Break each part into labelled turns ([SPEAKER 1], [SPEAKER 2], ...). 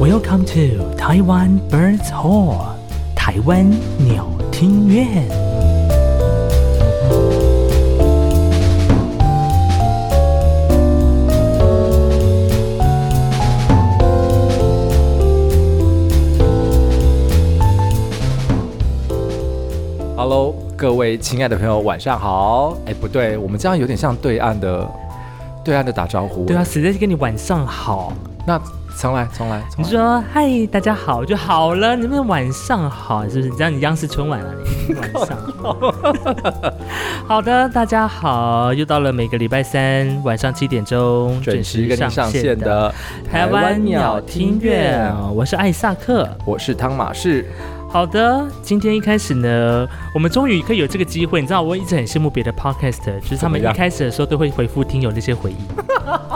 [SPEAKER 1] Welcome to Taiwan Birds Hall，台湾鸟听院。
[SPEAKER 2] Hello，各位亲爱的朋友，晚上好。哎，不对，我们这样有点像对岸的，对岸的打招呼。
[SPEAKER 1] 对啊，，谁在跟你晚上好？
[SPEAKER 2] 那重来，重来，
[SPEAKER 1] 你
[SPEAKER 2] 重来。
[SPEAKER 1] 说嗨，大家好就好了，你们晚上好，是不是？你知道你央视春晚了、啊你晚上好。好的，大家好，又到了每个礼拜三晚上七点钟
[SPEAKER 2] 准时跟你上线的
[SPEAKER 1] 台湾鸟听院，我是艾萨克。
[SPEAKER 2] 我是汤马士。
[SPEAKER 1] 好的，今天一开始呢，我们终于可以有这个机会。你知道，我一直很羡慕别的 podcast，就是他们
[SPEAKER 2] 怎么
[SPEAKER 1] 一
[SPEAKER 2] 样
[SPEAKER 1] 开始的时候都会回复听友那些回忆。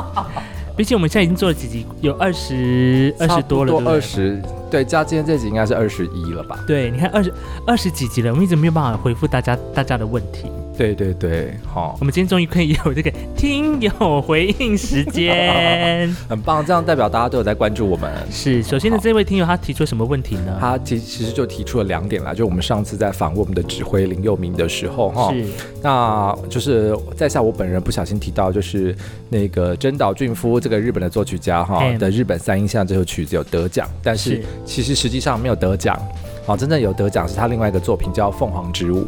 [SPEAKER 1] 毕竟我们现在已经做了几集，有二十二
[SPEAKER 2] 差
[SPEAKER 1] 十
[SPEAKER 2] 不
[SPEAKER 1] 多了，对不对
[SPEAKER 2] 二十，对，加今天这集应该是二十一了吧？
[SPEAKER 1] 对，你看二十二十几集了，我们一直没有办法回复大家大家的问题。
[SPEAKER 2] 对对对，好、
[SPEAKER 1] 我们今天终于可以有这个听友回应时 间。
[SPEAKER 2] 很棒，这样代表大家都有在关注我们。
[SPEAKER 1] 是，首先呢，这位听友他提出什么问题呢？
[SPEAKER 2] 他其其实就提出了两点啦，就我们上次在访问我们的指挥林佑明的时候，哈，
[SPEAKER 1] 是
[SPEAKER 2] 那就是在下我本人不小心提到，就是那个真岛俊夫这个日本的作曲家哈
[SPEAKER 1] 嗯
[SPEAKER 2] 的日本三音像这首曲子有得奖，但是
[SPEAKER 1] 是
[SPEAKER 2] 其实实际上没有得奖。好，真正有得奖是他另外一个作品叫《凤凰之舞》，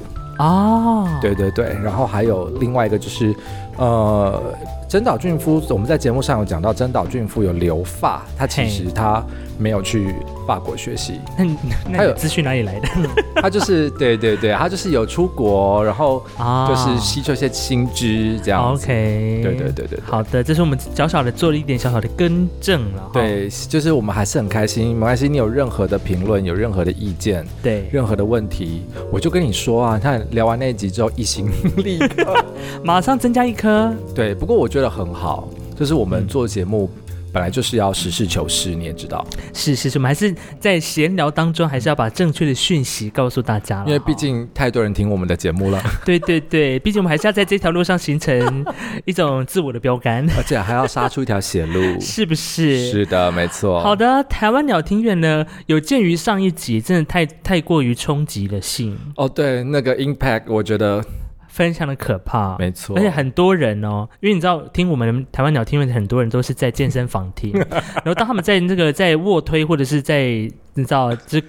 [SPEAKER 1] 哦，
[SPEAKER 2] 对对对，然后还有另外一个就是，呃，真岛俊夫，我们在节目上有讲到真岛俊夫有留发，他其
[SPEAKER 1] 嘿
[SPEAKER 2] 实他没有去法国学习，
[SPEAKER 1] 那你那
[SPEAKER 2] 他
[SPEAKER 1] 你
[SPEAKER 2] 有
[SPEAKER 1] 资讯哪里来的
[SPEAKER 2] 他就是对对对，他就是有出国，然后
[SPEAKER 1] 啊哦
[SPEAKER 2] 就是吸收一些新知这样子。
[SPEAKER 1] OK，
[SPEAKER 2] 对对对对对
[SPEAKER 1] 好的，这是我们小小的做了一点小小的更正了哈。
[SPEAKER 2] 对，就是我们还是很开心，没关系。你有任何的评论，有任何的意见，
[SPEAKER 1] 对，
[SPEAKER 2] 任何的问题，我就跟你说啊。你看聊完那一集之后，一心立刻。
[SPEAKER 1] 马上增加一颗，
[SPEAKER 2] 对，不过我觉得很好，就是我们
[SPEAKER 1] 嗯
[SPEAKER 2] 做节目本来就是要实事求是，你也知道，
[SPEAKER 1] 是是是，我们还是在闲聊当中，还是要把正确的讯息告诉大家了
[SPEAKER 2] 因为毕
[SPEAKER 1] 哈
[SPEAKER 2] 竟太多人听我们的节目 了，
[SPEAKER 1] 对对对，毕竟我们还是要在这条路上形成一种自我的标 杆，
[SPEAKER 2] 而且还要杀出一条血路。
[SPEAKER 1] 是不是？
[SPEAKER 2] 是哦的，没错。
[SPEAKER 1] 好的，台湾鸟听院呢，有鉴于上一集真的太太过于冲击了性，
[SPEAKER 2] 哦，对，那个 impact，我觉得
[SPEAKER 1] 非常的可怕。
[SPEAKER 2] 没错
[SPEAKER 1] 而。且很多人哦，因为你知道，听我们台湾鸟听的很多人都是在健身房听，然后当他们在那个在卧推或者是在你知道，就是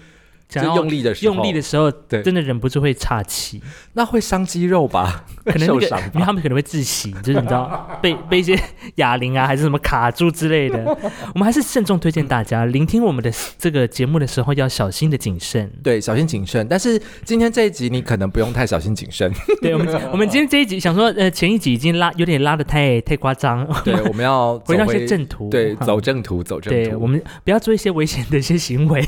[SPEAKER 2] 就
[SPEAKER 1] 想要
[SPEAKER 2] 用力的时候，
[SPEAKER 1] 用力的时候，
[SPEAKER 2] 对
[SPEAKER 1] 真的忍不住会岔气，
[SPEAKER 2] 那会伤肌肉吧？
[SPEAKER 1] 可能那
[SPEAKER 2] 受
[SPEAKER 1] 个
[SPEAKER 2] 伤
[SPEAKER 1] 因为
[SPEAKER 2] 吧？
[SPEAKER 1] 他们可能会窒息，就是你知道被被一些哑铃啊还是什么卡住之类的。我们还是慎重推荐大家聆听我们的这个节目的时候要小心的谨慎。
[SPEAKER 2] 对，小心谨慎。但是今天这一集你可能不用太小心谨 慎，
[SPEAKER 1] 对我们我们今天这一集想说，呃，前一集已经拉有点拉的太太夸张，
[SPEAKER 2] 对，我们要
[SPEAKER 1] 回到一
[SPEAKER 2] 走
[SPEAKER 1] 些正途，
[SPEAKER 2] 对，
[SPEAKER 1] 哈
[SPEAKER 2] 走正途，走正
[SPEAKER 1] 对，
[SPEAKER 2] 途。
[SPEAKER 1] 我们不要做一些危险的一些行为。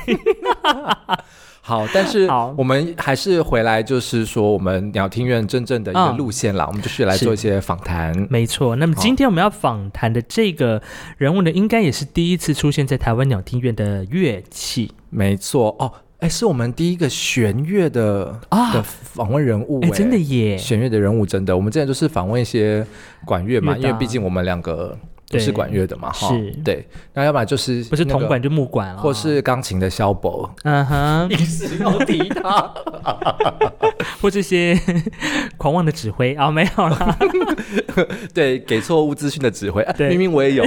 [SPEAKER 2] 好，但是
[SPEAKER 1] 好
[SPEAKER 2] 我们还是回来，就是说我们鸟听院真正的一个
[SPEAKER 1] 嗯
[SPEAKER 2] 路线啦，我们就是来
[SPEAKER 1] 是
[SPEAKER 2] 做一些访谈。
[SPEAKER 1] 没错，那么今天我们要访谈的这个人物呢，应该也是第一次出现在台湾鸟听院的乐器。
[SPEAKER 2] 没错，哦，哎，是我们第一个弦乐的
[SPEAKER 1] 啊
[SPEAKER 2] 的访问人物，
[SPEAKER 1] 哎，
[SPEAKER 2] 哎，
[SPEAKER 1] 真的。耶！
[SPEAKER 2] 弦乐的人物真的，我们之前就是访问一些管乐嘛，
[SPEAKER 1] 乐的
[SPEAKER 2] 因
[SPEAKER 1] 啊
[SPEAKER 2] 为毕竟我们两个都
[SPEAKER 1] 对
[SPEAKER 2] 是管乐的嘛，哈
[SPEAKER 1] 是，
[SPEAKER 2] 对，那要不然就是
[SPEAKER 1] 不是
[SPEAKER 2] 那个
[SPEAKER 1] 铜管啊就木管了，
[SPEAKER 2] 或是钢琴的萧伯，
[SPEAKER 1] 嗯 哼，
[SPEAKER 2] 一时要提他，
[SPEAKER 1] 或这些 狂妄的指挥啊，没有啦。
[SPEAKER 2] 对，给错误资讯的指挥，啊
[SPEAKER 1] 对
[SPEAKER 2] 明明 我也有。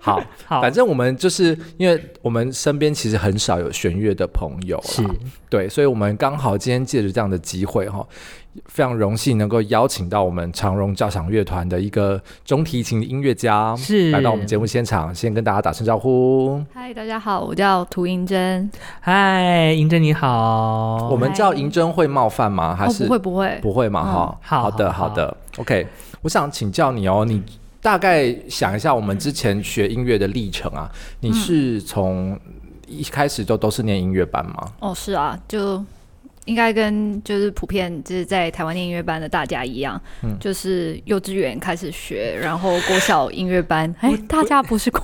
[SPEAKER 2] 好，
[SPEAKER 1] 好，
[SPEAKER 2] 反正我们就是因为我们身边其实很少有弦乐的朋友
[SPEAKER 1] 是
[SPEAKER 2] 啦，对，所以我们刚好今天借着这样的机会哈，非常荣幸能够邀请到我们长荣交响乐团的一个中提琴的音乐家，
[SPEAKER 1] 是
[SPEAKER 2] 来到我们节目现场，先跟大家打声招呼。
[SPEAKER 3] 嗨，大家好，我叫涂银珍。
[SPEAKER 1] 嗨，银珍你好，
[SPEAKER 2] 我们叫银针会冒犯吗？还
[SPEAKER 3] 哦，
[SPEAKER 2] 是
[SPEAKER 3] 不会不会，
[SPEAKER 2] 不会嘛？哈、
[SPEAKER 1] 好
[SPEAKER 2] 的，
[SPEAKER 1] 好
[SPEAKER 2] 好的，OK。我想请教你哦，你大概想一下我们之前学音乐的历程啊，
[SPEAKER 3] 嗯
[SPEAKER 2] 你是从一开始就都是念音乐班吗？
[SPEAKER 3] 哦，是啊，就应该跟就是普遍就是在台湾念音乐班的大家一样，
[SPEAKER 2] 嗯
[SPEAKER 3] 就是幼稚园开始学，然后国小音 乐班。哎，大家不是国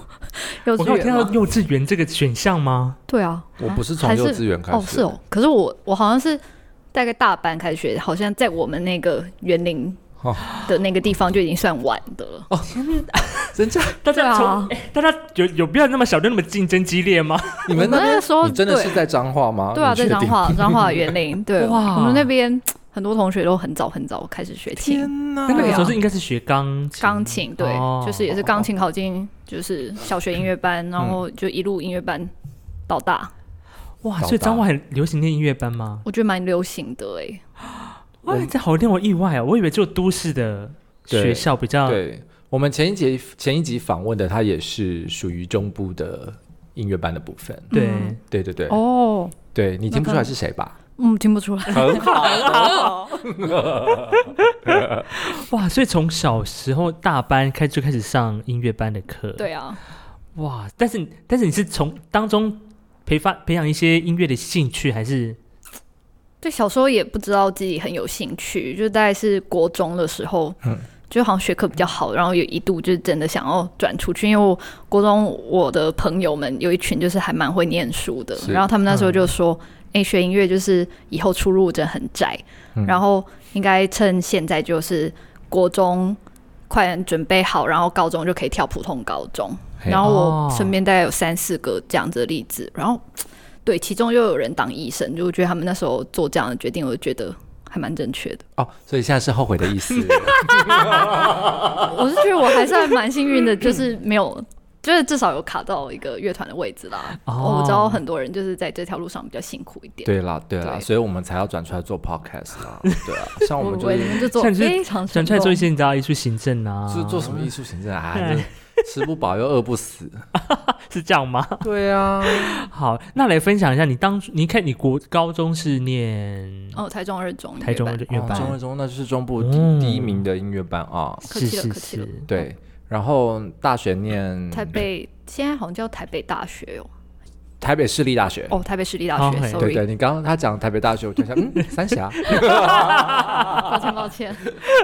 [SPEAKER 3] 幼
[SPEAKER 1] 我
[SPEAKER 3] 稚
[SPEAKER 1] 刚有听
[SPEAKER 3] 园
[SPEAKER 1] 到
[SPEAKER 3] 吗？
[SPEAKER 1] 幼稚园这个选项吗？
[SPEAKER 3] 对啊，
[SPEAKER 2] 我不是从
[SPEAKER 3] 还是
[SPEAKER 2] 幼稚园开始，
[SPEAKER 3] 哦，是哦，可是我我好像是大概大班开始学，好像在我们那个园林的那个地方就已经算晚的了。
[SPEAKER 2] 哦真假？
[SPEAKER 1] 大家从、
[SPEAKER 3] 对啊
[SPEAKER 1] 哎大家有有必要那么小就那么竞争激烈吗？
[SPEAKER 2] 你们那
[SPEAKER 3] 我们
[SPEAKER 2] 边
[SPEAKER 3] 那时候
[SPEAKER 2] 你真的是
[SPEAKER 3] 对
[SPEAKER 2] 在彰化吗？
[SPEAKER 3] 对啊，
[SPEAKER 2] 你确
[SPEAKER 3] 在
[SPEAKER 2] 定
[SPEAKER 3] 彰。化 彰化园林，对，
[SPEAKER 1] 哇
[SPEAKER 3] 我们那边很多同学都很早很早开始学琴，
[SPEAKER 2] 天哪！
[SPEAKER 1] 那个
[SPEAKER 3] 对
[SPEAKER 1] 时
[SPEAKER 3] 啊
[SPEAKER 1] 候是应该是学钢琴，
[SPEAKER 3] 钢琴，对，
[SPEAKER 1] 哦
[SPEAKER 3] 就是也是钢琴考进就是小学音乐
[SPEAKER 2] 嗯
[SPEAKER 3] 班，然后就一路音乐班到大，
[SPEAKER 1] 哇，
[SPEAKER 2] 老
[SPEAKER 1] 所以
[SPEAKER 2] 大
[SPEAKER 1] 彰化很流行念音乐班吗？
[SPEAKER 3] 我觉得蛮流行的哎、
[SPEAKER 1] 哇，这好令我意外哦！我以为只有都市的学
[SPEAKER 2] 对
[SPEAKER 1] 校比较
[SPEAKER 2] 对我们前一节前一集访问的，他也是属于中部的音乐班的部分。
[SPEAKER 1] 对
[SPEAKER 3] 嗯
[SPEAKER 2] 对对对，
[SPEAKER 3] 哦，
[SPEAKER 2] 对你听不出来
[SPEAKER 3] 那个
[SPEAKER 2] 是谁吧？
[SPEAKER 3] 嗯，听不出来，
[SPEAKER 2] 很好，
[SPEAKER 1] 哇，所以从小时候大班开就开始上音乐班的课，
[SPEAKER 3] 对啊，
[SPEAKER 1] 哇！但是但是你是从当中培发培养一些音乐的兴趣，还是
[SPEAKER 3] 对，小时候也不知道自己很有兴趣，就大概是国中的时候，就好像学科比较好，然后有一度就是真的想要转出去，因为我国中我的朋友们有一群就是还蛮会念书的，
[SPEAKER 2] 是
[SPEAKER 3] 然后他们那时候就说，哎、学音乐就是以后出路真的很窄，然后应该趁现在就是国中快点准备好，然后高中就可以跳普通高中。
[SPEAKER 2] 嘿
[SPEAKER 3] 然后
[SPEAKER 1] 哦
[SPEAKER 3] 我身边大概有三四个这样子的例子，然后对，其中又有人当医生，就我觉得他们那时候做这样的决定，我就觉得还蛮正确的。
[SPEAKER 2] 哦，所以现在是后悔的意思。
[SPEAKER 3] 我是觉得我还算蛮幸运的，就是没有，就是至少有卡到一个乐团的位置啦。
[SPEAKER 1] 哦
[SPEAKER 3] 我知道很多人就是在这条路上比较辛苦一点。
[SPEAKER 2] 对啦，对啦，
[SPEAKER 3] 对
[SPEAKER 2] 所以我们才要转出来做 podcast 啊。对啊，像我
[SPEAKER 3] 我
[SPEAKER 2] 们就
[SPEAKER 3] 我你
[SPEAKER 2] 是
[SPEAKER 3] 们就做
[SPEAKER 1] 像就是
[SPEAKER 3] 非常
[SPEAKER 1] 转出来
[SPEAKER 3] 成
[SPEAKER 1] 做一
[SPEAKER 3] 功
[SPEAKER 1] 些你知道艺术行政啊？
[SPEAKER 2] 是做什么艺术行政啊， 哎这吃不饱又饿不死。
[SPEAKER 1] 是这样吗？
[SPEAKER 2] 对啊，
[SPEAKER 1] 好，那来分享一下你当初，你看你国高中是念
[SPEAKER 3] 哦，台中二中，
[SPEAKER 1] 台中的乐
[SPEAKER 2] 哦中
[SPEAKER 1] 班
[SPEAKER 2] 二，中那就是中部
[SPEAKER 1] 嗯
[SPEAKER 2] 第第一名的音乐班啊。
[SPEAKER 3] 客
[SPEAKER 1] 是
[SPEAKER 3] 气了
[SPEAKER 1] 是
[SPEAKER 3] 客气了
[SPEAKER 1] 是，嗯
[SPEAKER 2] 对，然后大学念
[SPEAKER 3] 台北现在好像叫台北大学哦，
[SPEAKER 2] 台北市立大学。
[SPEAKER 3] 哦，台北市立大
[SPEAKER 1] 哦
[SPEAKER 3] 学
[SPEAKER 1] 嘿
[SPEAKER 2] 对
[SPEAKER 3] ，sorry，
[SPEAKER 2] 对，你刚刚他讲台北大学，我就想， 嗯，三峡。
[SPEAKER 3] 抱歉 抱歉，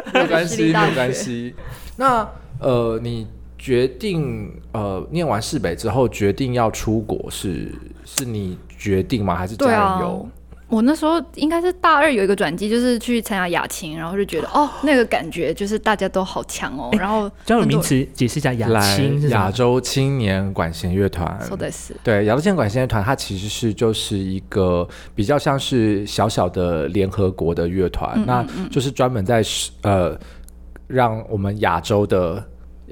[SPEAKER 2] 没
[SPEAKER 3] 台
[SPEAKER 2] 有关
[SPEAKER 3] 北市
[SPEAKER 2] 系，
[SPEAKER 3] 立
[SPEAKER 2] 没
[SPEAKER 3] 大
[SPEAKER 2] 有关
[SPEAKER 3] 学
[SPEAKER 2] 系。那呃，你决定呃念完市北之后，决定要出国是是你决定吗？还是家
[SPEAKER 3] 对啊
[SPEAKER 2] 人有？
[SPEAKER 3] 我那时候应该是大二有一个转机，就是去参加雅琴，然后 就觉得哦，那个感觉就是大家都好强
[SPEAKER 2] 哎
[SPEAKER 3] 哦，然后
[SPEAKER 1] 专有
[SPEAKER 3] 很
[SPEAKER 1] 名
[SPEAKER 3] 多
[SPEAKER 1] 词解释一下，雅
[SPEAKER 2] 来
[SPEAKER 1] 青是什
[SPEAKER 2] 亚
[SPEAKER 1] 么？
[SPEAKER 2] 洲青年管弦乐团。
[SPEAKER 3] 说的是
[SPEAKER 2] 对，亚洲青年管弦乐团，它其实是就是一个比较像是小小的联合国的乐团，
[SPEAKER 1] 嗯
[SPEAKER 2] 那就是专门在是呃，让我们亚洲的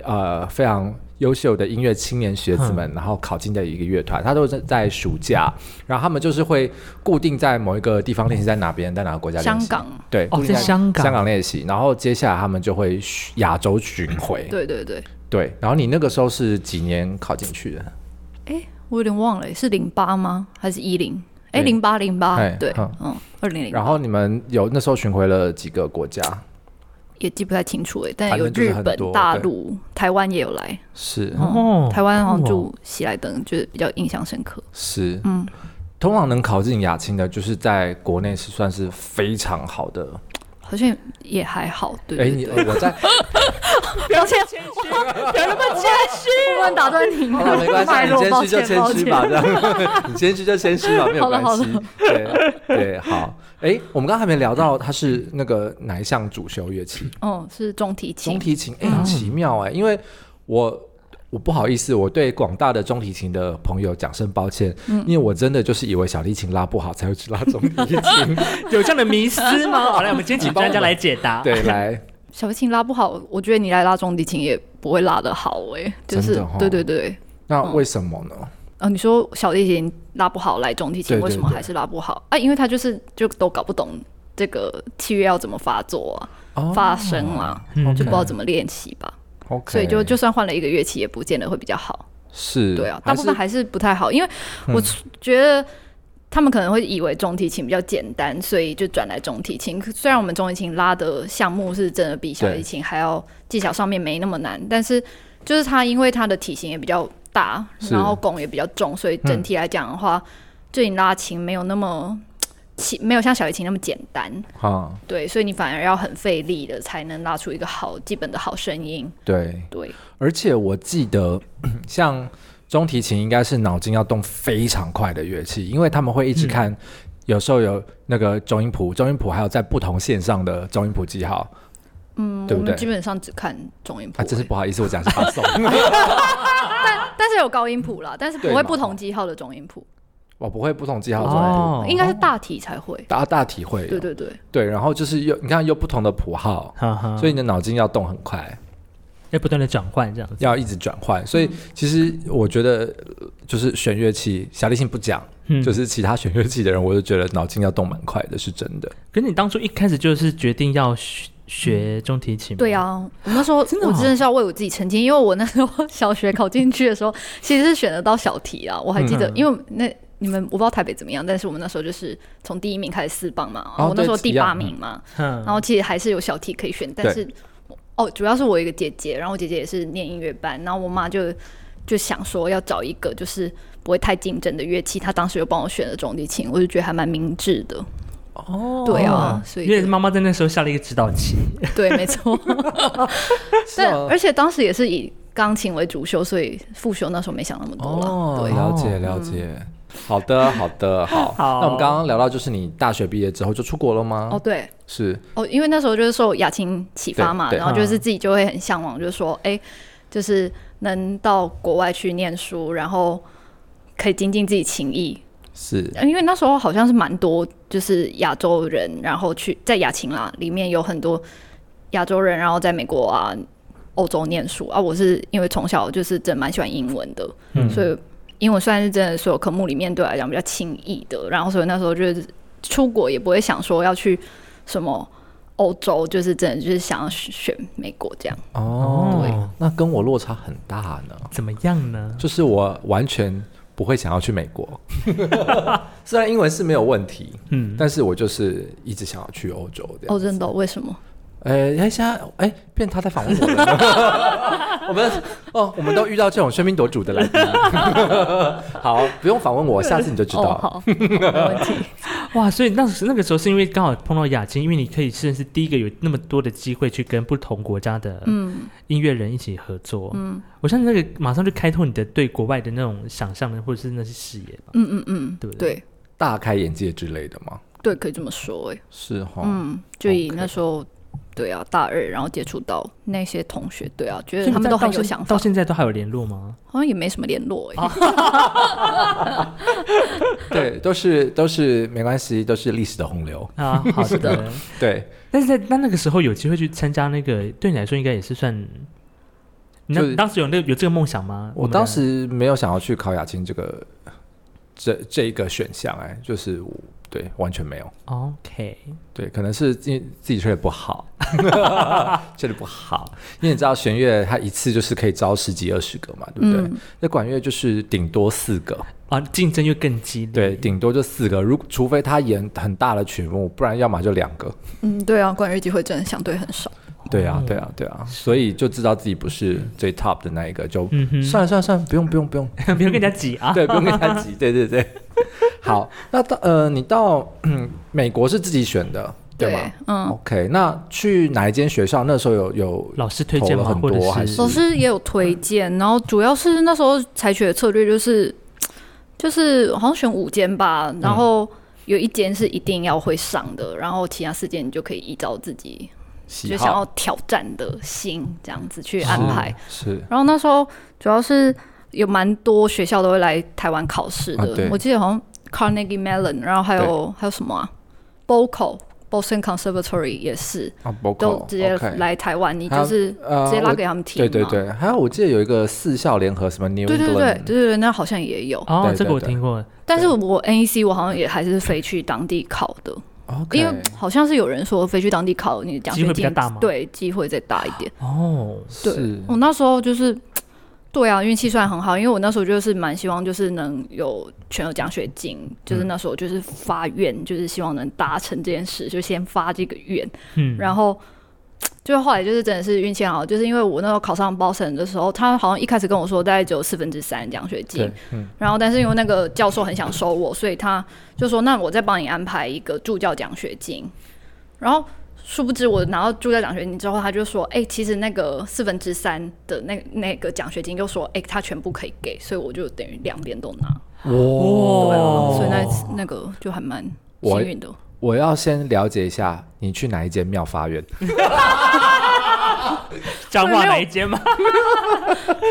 [SPEAKER 2] 呃非常优秀的音乐青年学子
[SPEAKER 1] 嗯
[SPEAKER 2] 们，然后考进的一个乐团，它都是在暑假，然后他们就是会固定在某一个地方练习，在哪边，在哪个国家练
[SPEAKER 3] 香
[SPEAKER 2] 习，
[SPEAKER 3] 港，
[SPEAKER 2] 对，
[SPEAKER 1] 哦
[SPEAKER 2] 固定
[SPEAKER 1] 在香港
[SPEAKER 2] 香港练习，然后接下来他们就会巡亚洲巡回，
[SPEAKER 3] 对对对，
[SPEAKER 2] 对，然后你那个时候是几年考进去的？
[SPEAKER 3] 哎，我有点忘了，是零八吗？还是一零？哎，
[SPEAKER 2] 哎
[SPEAKER 3] 零八零八
[SPEAKER 2] 哎，
[SPEAKER 3] 对
[SPEAKER 2] 嗯，
[SPEAKER 3] 嗯，二零零
[SPEAKER 2] 然后你们有那时候巡回了几个国家？
[SPEAKER 3] 也记不太清楚哎，但
[SPEAKER 2] 反
[SPEAKER 3] 有
[SPEAKER 2] 正就是
[SPEAKER 3] 日
[SPEAKER 2] 很
[SPEAKER 3] 本
[SPEAKER 2] 多、
[SPEAKER 3] 大
[SPEAKER 2] 对
[SPEAKER 3] 陆、台湾也有来，
[SPEAKER 2] 是
[SPEAKER 1] 哦
[SPEAKER 3] 台湾好像
[SPEAKER 1] 酷哦
[SPEAKER 3] 住喜来登，就是比较印象深刻。
[SPEAKER 2] 哦是，
[SPEAKER 3] 嗯，
[SPEAKER 2] 通常能考进雅青的，就是在国内是算是非常好的。
[SPEAKER 3] 好像也还好，对
[SPEAKER 2] 哎，
[SPEAKER 3] 对
[SPEAKER 2] 你
[SPEAKER 3] 对。
[SPEAKER 2] 我 在
[SPEAKER 3] 抱歉，有那么谦虚，我们打断你
[SPEAKER 2] 好了，没关 系，你谦虚就谦虚吧，这样 你谦虚就谦虚吧，没有
[SPEAKER 3] 好的
[SPEAKER 2] 关系。对对，好。哎，我们刚刚还没聊到他是那个哪一项主修乐器？
[SPEAKER 3] 嗯，是中提琴
[SPEAKER 2] 中。提琴，
[SPEAKER 3] 嗯
[SPEAKER 2] 哎，很奇妙哎，因为我。我不好意思，我对广大的中提琴的朋友讲声抱歉，
[SPEAKER 3] 嗯
[SPEAKER 2] 因为我真的就是以为小提琴拉不好才会去拉中提琴。
[SPEAKER 1] 有这样的迷思吗？好，来，我们今天请专家来解答。
[SPEAKER 2] 对， 来，
[SPEAKER 3] 小提琴拉不好，我觉得你来拉中提琴也不会拉得好哎、就是
[SPEAKER 2] 真的哦
[SPEAKER 3] 对对对，
[SPEAKER 2] 那为什么呢？
[SPEAKER 3] 啊，你说小提琴拉不好来中提
[SPEAKER 2] 对
[SPEAKER 3] 琴，
[SPEAKER 2] 对
[SPEAKER 3] 为什么
[SPEAKER 2] 对
[SPEAKER 3] 还是拉不好啊？因为他就是就都搞不懂这个器乐要怎么发作啊、
[SPEAKER 2] 哦
[SPEAKER 3] 发声啊，
[SPEAKER 1] 嗯
[SPEAKER 3] 就不知道怎么练习吧。
[SPEAKER 2] OK，
[SPEAKER 3] 所以就就算换了一个乐器，也不见得会比较好。
[SPEAKER 2] 是
[SPEAKER 3] 对啊，大
[SPEAKER 2] 还
[SPEAKER 3] 部
[SPEAKER 2] 是嗯
[SPEAKER 3] 分还是不太好，因为我觉得他们可能会以为中提琴比较简单，所以就转来中提琴。可虽然我们中提琴拉的项目是真的比小提琴还要技巧上面没那么难，但是就是它因为它的体型也比较大，
[SPEAKER 2] 是
[SPEAKER 3] 然后弓也比较重，所以整体来讲的话，对你拉琴没有那么。其没有像小提琴那么简单，
[SPEAKER 2] 啊，
[SPEAKER 3] 对，所以你反而要很费力的才能拉出一个好基本的好声音，
[SPEAKER 2] 对，
[SPEAKER 3] 对，
[SPEAKER 2] 而且我记得 像中提琴应该是脑筋要动非常快的乐器，因为他们会一
[SPEAKER 3] 嗯
[SPEAKER 2] 直看，有时候有那个中音谱，中音谱还有在不同线上的中音谱记号，
[SPEAKER 3] 嗯，
[SPEAKER 2] 对
[SPEAKER 3] 我
[SPEAKER 2] 不对
[SPEAKER 3] 们基本上只看中音谱、
[SPEAKER 2] 啊，真是不好意思，我讲是 发送，
[SPEAKER 3] 但但是有高音谱啦，但是不
[SPEAKER 2] 对
[SPEAKER 3] 会
[SPEAKER 2] 嘛
[SPEAKER 3] 不同记号的中音谱，
[SPEAKER 2] 我不会不同记号中文谱，
[SPEAKER 1] 哦，
[SPEAKER 3] 应该是大体才会。
[SPEAKER 2] 大大体会有
[SPEAKER 3] 对对对，
[SPEAKER 2] 对，然后就是又你看又不同的谱号，
[SPEAKER 1] 哈哈，
[SPEAKER 2] 所
[SPEAKER 1] 所以
[SPEAKER 2] 以你的脑筋要动很快，
[SPEAKER 1] 要不断的转换这样子，
[SPEAKER 2] 要一直转换。所以其实我觉得呃就是选乐器，小提琴不讲，
[SPEAKER 1] 嗯
[SPEAKER 2] 就。是其他选乐器的人，我就觉得脑筋要动蛮快的，是真 的。
[SPEAKER 1] 可是你当初一开始就是决定要学学中提琴吗，
[SPEAKER 3] 对啊，我那时候
[SPEAKER 1] 真的哦
[SPEAKER 3] 我真的是要为我自己澄清，因为我那时候小学考进去的时候， 其实是选得到小题啊，我还记得，
[SPEAKER 1] 嗯
[SPEAKER 3] 因为那你们我不知道台北怎么样，但是我们那时候就是从第一名开始四棒嘛，
[SPEAKER 2] 哦
[SPEAKER 3] 我那时候
[SPEAKER 2] 对
[SPEAKER 3] 第
[SPEAKER 2] 一样
[SPEAKER 3] 八名嘛，
[SPEAKER 1] 嗯，
[SPEAKER 3] 然后其实还是有小题可以选，但是哦，主要是我有一个姐姐，然后我姐姐也是念音乐班，然后我妈就就想说要找一个就是不会太竞争的乐器，她当时就帮我选了中提琴，我就觉得还蛮明智的。
[SPEAKER 1] 哦
[SPEAKER 3] 对啊所以
[SPEAKER 1] 因为
[SPEAKER 3] 就
[SPEAKER 1] 妈妈在那时候下了一个指导棋，
[SPEAKER 3] 对，没错。但
[SPEAKER 1] 啊
[SPEAKER 2] 哦
[SPEAKER 3] 而且当时也是以钢琴为主修，所以复修那时候没想那么多了。
[SPEAKER 2] 哦，
[SPEAKER 3] 对
[SPEAKER 2] 了解了解。好的，好的，好。
[SPEAKER 1] 好
[SPEAKER 2] 那我们刚刚聊到，就是你大学毕业之后就出国了吗？
[SPEAKER 3] 哦，对，
[SPEAKER 2] 是，
[SPEAKER 3] 哦，因为那时候就是受雅琴启发嘛，
[SPEAKER 2] 对对
[SPEAKER 3] 然后就是自己就会很向往，就是说，哎、就是能到国外去念书，然后可以精进自己琴艺。
[SPEAKER 2] 是，
[SPEAKER 3] 呃因为那时候好像是蛮多就是亚洲人，然后去在雅琴啦里面有很多亚洲人，然后在美国啊、欧洲念书啊。我是因为从小就是真的蛮喜欢英文的，
[SPEAKER 1] 嗯
[SPEAKER 3] 所以英文算是真的所有科目里面对我来讲比较轻易的。然后所以那时候就是出国也不会想说要去什么欧洲，就是真的就是想要选美国这样。
[SPEAKER 2] 哦，那跟我落差很大呢。
[SPEAKER 1] 怎么样呢？
[SPEAKER 2] 就是我完全不会想要去美国， 虽然英文是没有问题，
[SPEAKER 1] 嗯，
[SPEAKER 2] 但是我就是一直想要去欧洲这样。
[SPEAKER 3] 哦，真的哦、为什么？
[SPEAKER 2] 哎、哎，现在哎，变他在访问我了呢。 我们哦，我们都遇到这种喧宾夺主的来宾。 好，不用访问 我，下次你就知
[SPEAKER 3] 哦，
[SPEAKER 2] 道。
[SPEAKER 3] 好，没问题。
[SPEAKER 1] 哇，所以那时那个时候是因为刚好碰到雅金，因为你可以甚至是第一个有那么多的机会去跟不同国家的
[SPEAKER 3] 嗯
[SPEAKER 1] 音乐人一起合作，嗯，我相信那个马上就开拓你的对国外的那种想象的或者是那些视野吧，
[SPEAKER 3] 嗯嗯嗯，
[SPEAKER 1] 对不对
[SPEAKER 3] 对
[SPEAKER 2] 大开眼界之类的吗？
[SPEAKER 3] 对，可以这么说哎、
[SPEAKER 2] 是哈，
[SPEAKER 3] 嗯，就以
[SPEAKER 2] 哦 OK
[SPEAKER 3] 那时候，对啊，大二，然后接触到那些同学，对啊，觉
[SPEAKER 1] 所
[SPEAKER 3] 得
[SPEAKER 1] 以
[SPEAKER 3] 他
[SPEAKER 1] 你
[SPEAKER 3] 们
[SPEAKER 1] 在
[SPEAKER 3] 都很
[SPEAKER 1] 到
[SPEAKER 3] 有
[SPEAKER 1] 现
[SPEAKER 3] 想
[SPEAKER 1] 到
[SPEAKER 3] 法，
[SPEAKER 1] 现在都还有联络吗？
[SPEAKER 3] 好像也没什么联络
[SPEAKER 2] 啊
[SPEAKER 3] 哎、
[SPEAKER 2] 对，都是都是没关系，都是历史的洪流。
[SPEAKER 1] 啊，好 的。
[SPEAKER 2] 对，
[SPEAKER 1] 但是在那那个时候有机会去参加那个，对你来说应该也是算，你那
[SPEAKER 2] 就是
[SPEAKER 1] 你当时有那个有这个梦想吗？
[SPEAKER 2] 我
[SPEAKER 1] 们
[SPEAKER 2] 当
[SPEAKER 1] 俩
[SPEAKER 2] 时没有想要去考雅青这个这这一个选项，哎，就是我对完全没有。
[SPEAKER 1] OK，
[SPEAKER 2] 对，可能是自己自己吹的不好， 吹的不好，因为你知道弦乐它一次就是可以招十几二十个嘛，对不对
[SPEAKER 3] 嗯？
[SPEAKER 2] 那、管乐就是顶多四个，
[SPEAKER 1] 啊，竞争又更激烈，
[SPEAKER 2] 对，顶多就四个。如除非他演很大的曲目，不然要么就两个。
[SPEAKER 3] 嗯，对啊，关于机会真的相对很少。
[SPEAKER 2] 对
[SPEAKER 1] 哦
[SPEAKER 2] 啊，对啊，对啊，所以就知道自己不是最 top 的那一个，就、
[SPEAKER 1] 嗯哼
[SPEAKER 2] 算了算了算了，不用不用不用，
[SPEAKER 1] 不用跟人家挤啊。
[SPEAKER 2] 对，不用跟他 急，对对对。好，那到呃，你到嗯美国是自己选的，对吗？哦
[SPEAKER 3] 嗯，
[SPEAKER 2] OK，那去哪一间学校？那时候有有
[SPEAKER 1] 老师推荐
[SPEAKER 2] 投
[SPEAKER 1] 吗？
[SPEAKER 2] 了很
[SPEAKER 1] 或者
[SPEAKER 2] 多还
[SPEAKER 1] 是
[SPEAKER 2] 是
[SPEAKER 3] 老师也有推荐，
[SPEAKER 2] 嗯
[SPEAKER 3] 然后主要是那时候采取的策略就是，就是好像选五间吧，
[SPEAKER 2] 嗯
[SPEAKER 3] 然后有一间是一定要会上的，然后其他四间你就可以依照自己
[SPEAKER 2] 喜
[SPEAKER 3] 就想要挑战的心这样子去安排。
[SPEAKER 2] 是
[SPEAKER 3] 然后那时候主要是有蛮多学校都会来台湾考试
[SPEAKER 2] 啊
[SPEAKER 3] 的，
[SPEAKER 2] 对
[SPEAKER 3] 我记得好像 Carnegie Mellon，然后还有还有什么啊，Boco Boston Conservatory 也是，
[SPEAKER 2] 啊，
[SPEAKER 3] 都直接
[SPEAKER 2] OK
[SPEAKER 3] 来台湾，你
[SPEAKER 2] 还有
[SPEAKER 3] 就是
[SPEAKER 2] 呃
[SPEAKER 3] 直接拉
[SPEAKER 2] 我
[SPEAKER 3] 给他们听、
[SPEAKER 2] 对对。对，还有我记得有一个四校联合什么 New
[SPEAKER 3] 对对对
[SPEAKER 2] England，
[SPEAKER 3] 对对对，那好像也有，
[SPEAKER 1] 哦
[SPEAKER 2] 对，
[SPEAKER 1] 这个
[SPEAKER 2] 对
[SPEAKER 1] 我
[SPEAKER 2] 对
[SPEAKER 1] 听过。
[SPEAKER 3] 但是我 NEC 我好像也还是飞去当地考的，
[SPEAKER 2] OK，
[SPEAKER 3] 因为好像是有人说飞去当地考，你奖
[SPEAKER 1] 机会
[SPEAKER 3] 学
[SPEAKER 1] 比较
[SPEAKER 3] 金
[SPEAKER 1] 大吗
[SPEAKER 3] 对机会再大一点。
[SPEAKER 1] 哦，
[SPEAKER 2] 是
[SPEAKER 3] 我那时候就是，对啊，运气算很好，因为我那时候就是蛮希望就是能有全额奖学金，就是
[SPEAKER 2] 嗯
[SPEAKER 3] 那时候就是发愿，就是希望能达成这件事，就先发这个愿，
[SPEAKER 1] 嗯，
[SPEAKER 3] 然后。就是后来就是真的是运气很好，就是因为我那时候考上 Boston 的时候，他好像一开始跟我说大概只有四分之三奖学金
[SPEAKER 2] 对，，嗯，
[SPEAKER 3] 然后但是因为那个教授很想收我，所以他就说：“那我再帮你安排一个助教奖学金。”然后殊不知我拿到助教奖学金之后，他就说：“哎、其实那个四分之三的那那个奖学金，就说哎、他全部可以给，所以我就等于两边都拿。对啊，
[SPEAKER 2] 哦
[SPEAKER 3] 所以那那个就还蛮幸运的。
[SPEAKER 2] 我要先了解一下你去哪一间庙发愿，
[SPEAKER 1] 彰化哪一间吗？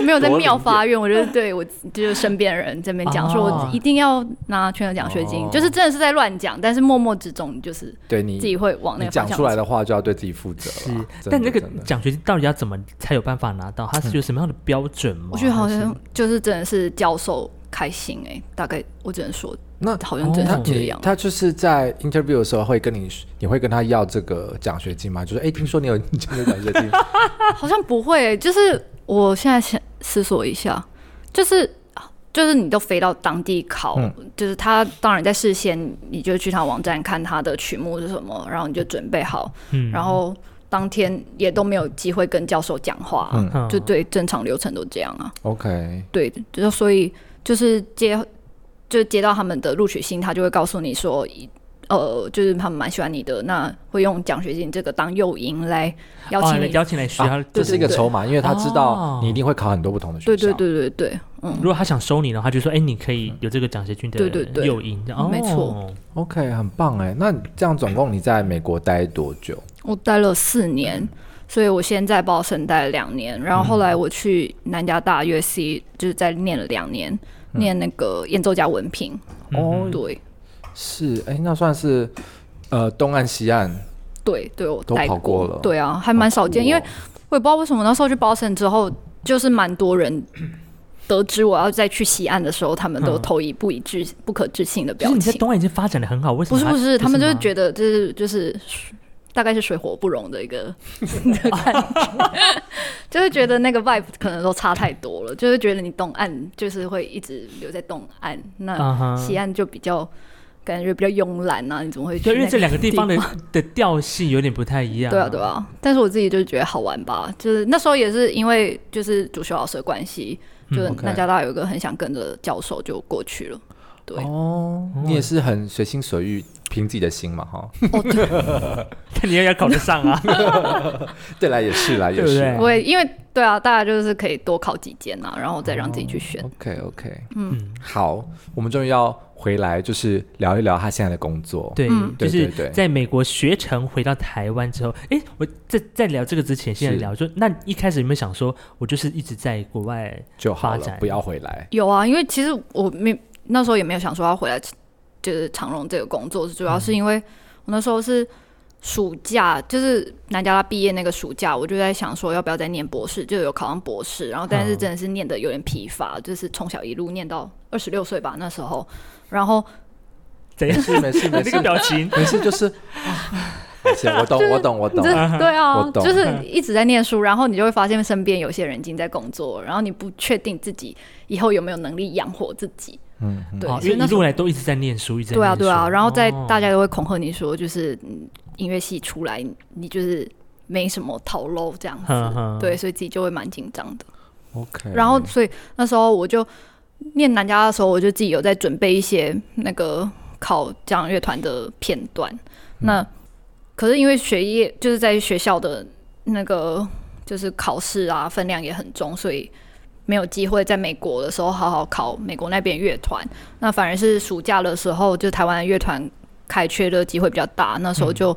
[SPEAKER 3] 没有在妙发院，我就是对我就是身边人这边讲，说我一定要拿全额奖学金，
[SPEAKER 2] 哦
[SPEAKER 3] 就是真的是在乱讲，但是默默之中就是
[SPEAKER 2] 对
[SPEAKER 3] 自己
[SPEAKER 2] 你
[SPEAKER 3] 会往那
[SPEAKER 2] 你
[SPEAKER 3] 个
[SPEAKER 2] 讲
[SPEAKER 3] 方
[SPEAKER 2] 出来
[SPEAKER 3] 向。
[SPEAKER 2] 的话就要对自己负责
[SPEAKER 1] 是
[SPEAKER 2] 了。，
[SPEAKER 1] 但那
[SPEAKER 2] 真的
[SPEAKER 1] 个
[SPEAKER 2] 真的嗯
[SPEAKER 1] 奖学金到底要怎么才有办法拿到？它是有什么样的标准吗？
[SPEAKER 3] 我觉得好
[SPEAKER 1] 还是
[SPEAKER 3] 像就是真的是教授开心哎、大概我只能说
[SPEAKER 2] 那
[SPEAKER 3] 好像真的
[SPEAKER 1] 哦
[SPEAKER 3] 是这
[SPEAKER 2] 你
[SPEAKER 3] 样。
[SPEAKER 2] 他就是在 interview 的时候会跟你，你会跟他要这个奖学金吗？就是哎、诶听说你有 这个奖学 金，
[SPEAKER 3] 好像不会、就是我现在想思索一下，就是就是你都飞到当地考，
[SPEAKER 2] 嗯
[SPEAKER 3] 就是他当然在事先你就去他网站看他的曲目是什么，然后你就准备好，
[SPEAKER 1] 嗯
[SPEAKER 3] 然后当天也都没有机会跟教授讲话、
[SPEAKER 2] 嗯
[SPEAKER 1] 嗯
[SPEAKER 3] 就对正常流程都这样啊，
[SPEAKER 2] OK，
[SPEAKER 3] 对，就所以就是接就接到他们的录取信，他就会告诉你说。呃，就是他们蛮喜欢你的，那会用奖学金这个当诱因来邀
[SPEAKER 1] 哦
[SPEAKER 3] 请
[SPEAKER 1] 来
[SPEAKER 3] 你。
[SPEAKER 1] 邀请来学校
[SPEAKER 2] 啊，这是一个
[SPEAKER 3] 对对
[SPEAKER 2] 筹码，因为他知
[SPEAKER 1] 哦
[SPEAKER 2] 道你一定会考很多不同的学
[SPEAKER 3] 对
[SPEAKER 2] 校。
[SPEAKER 3] 对对对对，嗯。
[SPEAKER 1] 如果他想收你的话，就说：“哎，你可以有这个奖学金的
[SPEAKER 3] 对对对
[SPEAKER 1] 诱因。”哦，
[SPEAKER 3] 没错，
[SPEAKER 2] OK，很棒哎。那这样总共你在美国待多久？
[SPEAKER 3] 我待了四年，所以我先在报生待了两年，然后
[SPEAKER 2] 嗯
[SPEAKER 3] 后来我去南加大 USC 就是在念了两年，
[SPEAKER 2] 嗯
[SPEAKER 3] 念那个演奏家文凭。
[SPEAKER 2] 哦，
[SPEAKER 3] 对
[SPEAKER 2] 是哎、那算是呃东岸西岸
[SPEAKER 3] 对对，我
[SPEAKER 2] 都
[SPEAKER 3] 待
[SPEAKER 2] 跑过了
[SPEAKER 3] 对啊，还蛮少见，因为我也不知道为什么那时候去 Boston 之后，就是蛮 多人得知我要再去西岸的时候，他们都
[SPEAKER 1] 嗯
[SPEAKER 3] 投以不以置不可置信的
[SPEAKER 1] 就是
[SPEAKER 3] 表
[SPEAKER 1] 你在
[SPEAKER 3] 情。
[SPEAKER 1] 东岸已经发展的很好，为什
[SPEAKER 3] 不
[SPEAKER 1] 么
[SPEAKER 3] 是
[SPEAKER 1] 还？
[SPEAKER 3] 不是，他们就是
[SPEAKER 1] 吗
[SPEAKER 3] 觉得这是就是大概是水火不容 的一个的感觉， 就是觉得那个 vibe 可能都差太多了，就是觉得你东岸就是会一直留在东岸，那
[SPEAKER 1] 嗯哼
[SPEAKER 3] 西岸就比较感觉比较慵懒啊，你怎么会去
[SPEAKER 1] 对，因为
[SPEAKER 3] 那
[SPEAKER 1] 这两个地方的
[SPEAKER 3] 方
[SPEAKER 1] 的调性有点不太一样。
[SPEAKER 3] 对啊，对啊，但是我自己就觉得好玩吧，就是那时候也是因为就是主修老师的关系，
[SPEAKER 1] 嗯
[SPEAKER 3] 就
[SPEAKER 2] ，OK
[SPEAKER 3] 南加大有一个很想跟着教授就过去了，对，
[SPEAKER 2] 哦，你也是很随心所欲，凭自己的心嘛哈。
[SPEAKER 1] 但你也要考得上
[SPEAKER 3] 嗯
[SPEAKER 1] 啊。
[SPEAKER 2] 对啦，也是啦，也是
[SPEAKER 1] 对
[SPEAKER 2] 啦
[SPEAKER 1] 不
[SPEAKER 3] 我也因为对啊，大家就是可以多考几间啊，然后再让自己去选。
[SPEAKER 2] OK OK，
[SPEAKER 1] 嗯
[SPEAKER 2] 嗯，好，我们终于要回来，就是聊一聊他现在的工作。
[SPEAKER 1] 对，
[SPEAKER 3] 嗯
[SPEAKER 1] 就
[SPEAKER 2] 对
[SPEAKER 1] 是
[SPEAKER 2] 对对
[SPEAKER 1] 在美国学成回到台湾之后，哎，我在在聊这个之前，先
[SPEAKER 2] 是
[SPEAKER 1] 聊说，那一开始有没有想说，我就是一直在国外？
[SPEAKER 2] 就好
[SPEAKER 1] 发
[SPEAKER 2] 了
[SPEAKER 1] 展，
[SPEAKER 2] 不要回来。
[SPEAKER 3] 有啊，因为其实我没那时候也没有想说要回来，就是长荣这个工作，主要是因为我那时候是暑假，就是南加大毕业那个暑假，我就在想说要不要再念博士，就有考上博士，然后但是
[SPEAKER 2] 嗯
[SPEAKER 3] 真的是念的有点疲乏，就是从小一路念到二十六岁吧那时候，然后
[SPEAKER 1] 怎样
[SPEAKER 2] 没？事 没事
[SPEAKER 1] 你
[SPEAKER 2] 没
[SPEAKER 1] 这个
[SPEAKER 2] 事，
[SPEAKER 1] 表情，
[SPEAKER 2] 没事就是，没事，我懂我懂我懂
[SPEAKER 3] 这。对
[SPEAKER 2] 我
[SPEAKER 3] 啊，
[SPEAKER 2] 懂
[SPEAKER 3] 就是一直在念书，然后你就会发现身边有些人已经在工作，然后你不确定自己以后有没有能力养活自己，
[SPEAKER 2] 嗯，嗯
[SPEAKER 3] 对
[SPEAKER 1] 哦，因
[SPEAKER 3] 所以
[SPEAKER 1] 为
[SPEAKER 3] 那
[SPEAKER 1] 一
[SPEAKER 3] 时候
[SPEAKER 1] 路来都一直在念书，一直在
[SPEAKER 3] 对啊，
[SPEAKER 1] 念
[SPEAKER 3] 对啊，
[SPEAKER 1] 书
[SPEAKER 3] 然后在
[SPEAKER 1] 哦
[SPEAKER 3] 大家都会恐吓你说，就是嗯音乐系出来，你就是没什么头路这样
[SPEAKER 1] 哼
[SPEAKER 3] 子，
[SPEAKER 1] 哼
[SPEAKER 3] 对，所以自己就会蛮紧张的。
[SPEAKER 2] ，OK。
[SPEAKER 3] 然后，所以那时候我就念南加的时候，我就自己有在准备一些那个考讲乐团的片段。那可是因为学业就是在学校的那个就是考试啊分量也很重，所以没有机会在美国的时候好好考美国那边乐团。那反而是暑假的时候，就台湾的乐团开缺的机会比较大，那时候就。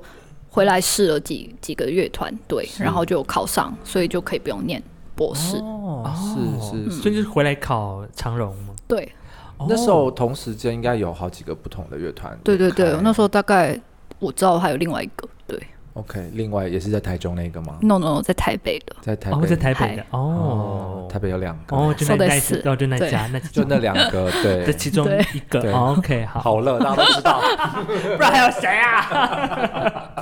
[SPEAKER 3] 回来试了几几个乐团，对，然后就考上，所以就可以不用念博士。
[SPEAKER 2] 哦，是是是。
[SPEAKER 1] 所以就是回来考长荣吗？哦
[SPEAKER 3] 对
[SPEAKER 2] 那时候同时间应该有好几个不同的乐团。
[SPEAKER 3] 对对对，
[SPEAKER 2] 开
[SPEAKER 3] 那时候大概我知道还有另外一个，对
[SPEAKER 2] OK，另外也是在台中那个吗？
[SPEAKER 3] ，no no no，在台北的，
[SPEAKER 2] 在台
[SPEAKER 1] 嗯哦，在
[SPEAKER 2] 北。
[SPEAKER 1] 台北的
[SPEAKER 2] 哦
[SPEAKER 1] 哦，，
[SPEAKER 2] 台北有两个。
[SPEAKER 1] 哦，就那
[SPEAKER 3] 说得
[SPEAKER 1] 那一
[SPEAKER 3] 死
[SPEAKER 1] 次，哦，就那
[SPEAKER 3] 对
[SPEAKER 1] 家，那就
[SPEAKER 2] 就那两个，
[SPEAKER 1] 这
[SPEAKER 2] 对，
[SPEAKER 1] 其中
[SPEAKER 3] 对
[SPEAKER 1] 一个
[SPEAKER 2] 对。
[SPEAKER 1] 哦 OK，好，
[SPEAKER 2] 好了，大家都知道。
[SPEAKER 1] 不然还有谁啊？
[SPEAKER 3] 啊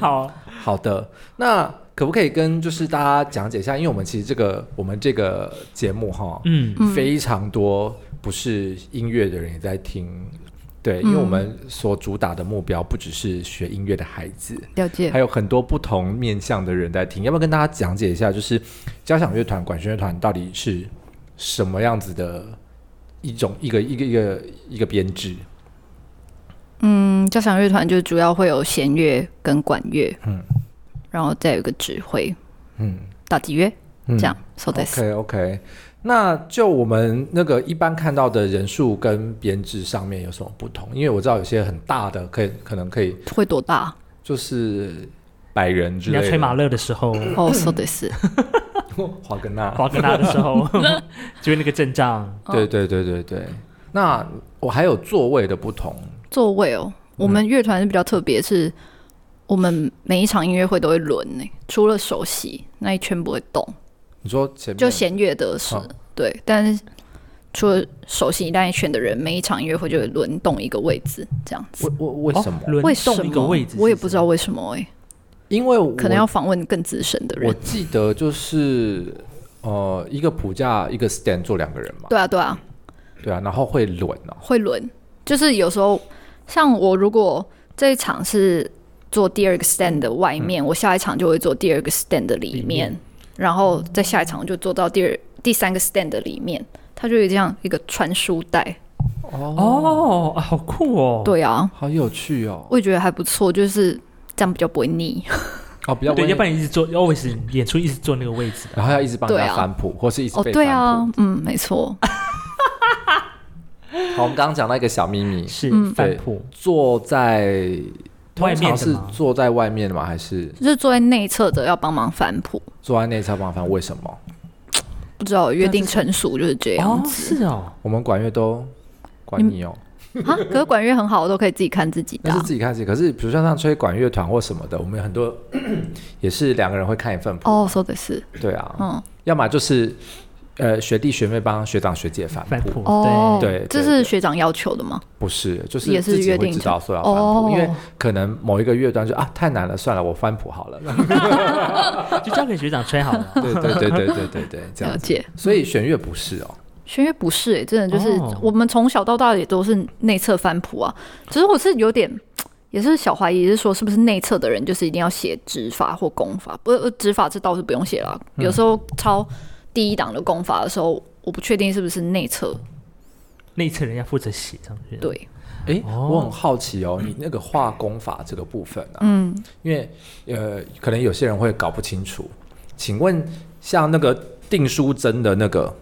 [SPEAKER 1] 好，
[SPEAKER 2] 好的，那可不可以跟就是大家讲解一下？因为我们其实这个我们这个节目哈，
[SPEAKER 1] 嗯，
[SPEAKER 2] 非常多不是音乐的人也在听。
[SPEAKER 3] 嗯
[SPEAKER 2] 对，因为我们所主打的目标不只是学音乐的孩子，
[SPEAKER 3] 了解
[SPEAKER 2] 还有很多不同面向的人在听。要不要跟大家讲解一下，就是交响乐团、管弦乐团到底是什么样子的一种一个一个一个一个编制？
[SPEAKER 3] 嗯，交响乐团就主要会有弦乐跟管乐，
[SPEAKER 2] 嗯
[SPEAKER 3] 然后再有一个指挥、
[SPEAKER 2] 嗯，
[SPEAKER 3] 打击乐
[SPEAKER 2] 嗯
[SPEAKER 3] 这样，so this，
[SPEAKER 2] OK OK，那就我们那个一般看到的人数跟编制上面有什么不同？因为我知道有些很大的，可以可能可以
[SPEAKER 3] 会多大？
[SPEAKER 2] 就是百人之
[SPEAKER 1] 你
[SPEAKER 2] 类
[SPEAKER 1] 要
[SPEAKER 2] 的。
[SPEAKER 1] 吹马勒的时候，
[SPEAKER 2] 嗯
[SPEAKER 3] 哦，说的是，
[SPEAKER 2] 华格纳。
[SPEAKER 1] 华格纳的时 候，就会那个阵仗。
[SPEAKER 2] 对对对对对。那我还有座位的不同，
[SPEAKER 3] 座位哦，
[SPEAKER 2] 嗯
[SPEAKER 3] 我们乐团是比较特别，是我们每一场音乐会都会轮呢、除了首席那一圈不会动，
[SPEAKER 2] 你说前面
[SPEAKER 3] 就弦乐得失、
[SPEAKER 2] 嗯
[SPEAKER 3] 对，但是除了首席那一圈的人，每一场音乐会就会轮动一个位置这样子。
[SPEAKER 2] 为为为什么？
[SPEAKER 1] 哦轮
[SPEAKER 3] 为什
[SPEAKER 1] 动
[SPEAKER 3] 么？
[SPEAKER 1] 一个位置？
[SPEAKER 3] 我也不知道。为什么哎、
[SPEAKER 2] 因为我
[SPEAKER 3] 可能要访问更资深的
[SPEAKER 2] 我
[SPEAKER 3] 人。
[SPEAKER 2] 记得就是呃一个谱架一个 stand 坐两个人嘛，
[SPEAKER 3] 对啊，对啊，
[SPEAKER 2] 对啊，然后会轮哦，
[SPEAKER 3] 会轮，就是有时候像我如果这一场是做第二个 stand 的外面，我下一场就会做第二个 stand 的里
[SPEAKER 1] 嗯
[SPEAKER 3] 面，
[SPEAKER 1] 里面
[SPEAKER 3] 然后再下一场就做到第二第三个 stand 的里面，它就有这样一个传输带。
[SPEAKER 1] 哦，啊好酷哦！，
[SPEAKER 3] 对啊，
[SPEAKER 2] 好有趣哦，
[SPEAKER 3] 我也觉得还不错，就是这样比较不会腻。
[SPEAKER 2] 哦比较
[SPEAKER 1] 对，
[SPEAKER 2] 温
[SPEAKER 1] 要不然你一直坐，always 演出一直坐那个位置的。
[SPEAKER 2] 然后要一直帮人
[SPEAKER 3] 对
[SPEAKER 2] 家
[SPEAKER 3] 啊
[SPEAKER 2] 翻谱，或是一直
[SPEAKER 3] 哦，
[SPEAKER 2] 被
[SPEAKER 3] 对
[SPEAKER 2] 翻
[SPEAKER 3] 啊
[SPEAKER 2] 谱。，
[SPEAKER 3] 嗯，没错，
[SPEAKER 2] 好，我们刚刚讲到一个小秘密，
[SPEAKER 1] 是
[SPEAKER 3] 嗯
[SPEAKER 1] 翻
[SPEAKER 2] 对
[SPEAKER 1] 谱，
[SPEAKER 2] 坐在
[SPEAKER 1] 外面
[SPEAKER 2] 通常
[SPEAKER 1] 的
[SPEAKER 2] 是
[SPEAKER 1] 吗
[SPEAKER 2] 坐在外面的吗？还是
[SPEAKER 3] 就是坐在内侧的要帮忙翻谱，
[SPEAKER 2] 坐在内侧帮翻？为什么？
[SPEAKER 3] 不知道约定成熟就是这样
[SPEAKER 1] 哦，
[SPEAKER 3] 子。
[SPEAKER 1] 是哦，
[SPEAKER 2] 我们管乐都管
[SPEAKER 3] 你
[SPEAKER 2] 你哦，
[SPEAKER 3] 啊，可是管乐很好，我都可以自己看自己的
[SPEAKER 2] 那
[SPEAKER 3] 啊、
[SPEAKER 2] 是自己看自己。可是比如像像吹管乐团或什么的，我们有很多 也是两个人会看一份谱，
[SPEAKER 3] 哦，说的是，
[SPEAKER 2] 对啊，
[SPEAKER 3] 嗯，
[SPEAKER 2] 要么就是呃学弟学妹帮学长学姐翻
[SPEAKER 1] 翻
[SPEAKER 2] 谱
[SPEAKER 1] 谱，，
[SPEAKER 3] 哦，
[SPEAKER 2] 对对
[SPEAKER 3] 这
[SPEAKER 2] 对
[SPEAKER 3] 是学长要求的吗？
[SPEAKER 2] 不是，就是
[SPEAKER 3] 也是
[SPEAKER 2] 自己
[SPEAKER 3] 约
[SPEAKER 2] 会
[SPEAKER 3] 定
[SPEAKER 2] 知道说要翻
[SPEAKER 3] 哦
[SPEAKER 2] 谱，因为可能某一个乐段就啊太难了，算了，我翻谱好了。
[SPEAKER 1] 对，就交给学长吹好了。
[SPEAKER 2] 对对对对对对对，这
[SPEAKER 3] 了
[SPEAKER 2] 样。
[SPEAKER 3] 解，
[SPEAKER 2] 所以弦乐不是哦，
[SPEAKER 3] 弦乐不是、欸，真的就是、
[SPEAKER 1] 哦
[SPEAKER 3] 我们从小到大也都是内侧翻谱啊。只是我是有点，也是小怀疑，是说是不是内侧的人就是一定要写指法或功法？不，呃指法这倒是不用写了。
[SPEAKER 2] 嗯
[SPEAKER 3] 有时候抄第一档的功法的时候，我不确定是不是内侧。
[SPEAKER 1] 内侧人要负责写上去。，
[SPEAKER 3] 对，
[SPEAKER 2] 诶，
[SPEAKER 1] 哦
[SPEAKER 2] 我很好奇哦，你那个化工法这个部分啊，
[SPEAKER 3] 嗯，
[SPEAKER 2] 因为呃，可能有些人会搞不清楚。请问，像那个订书针的那个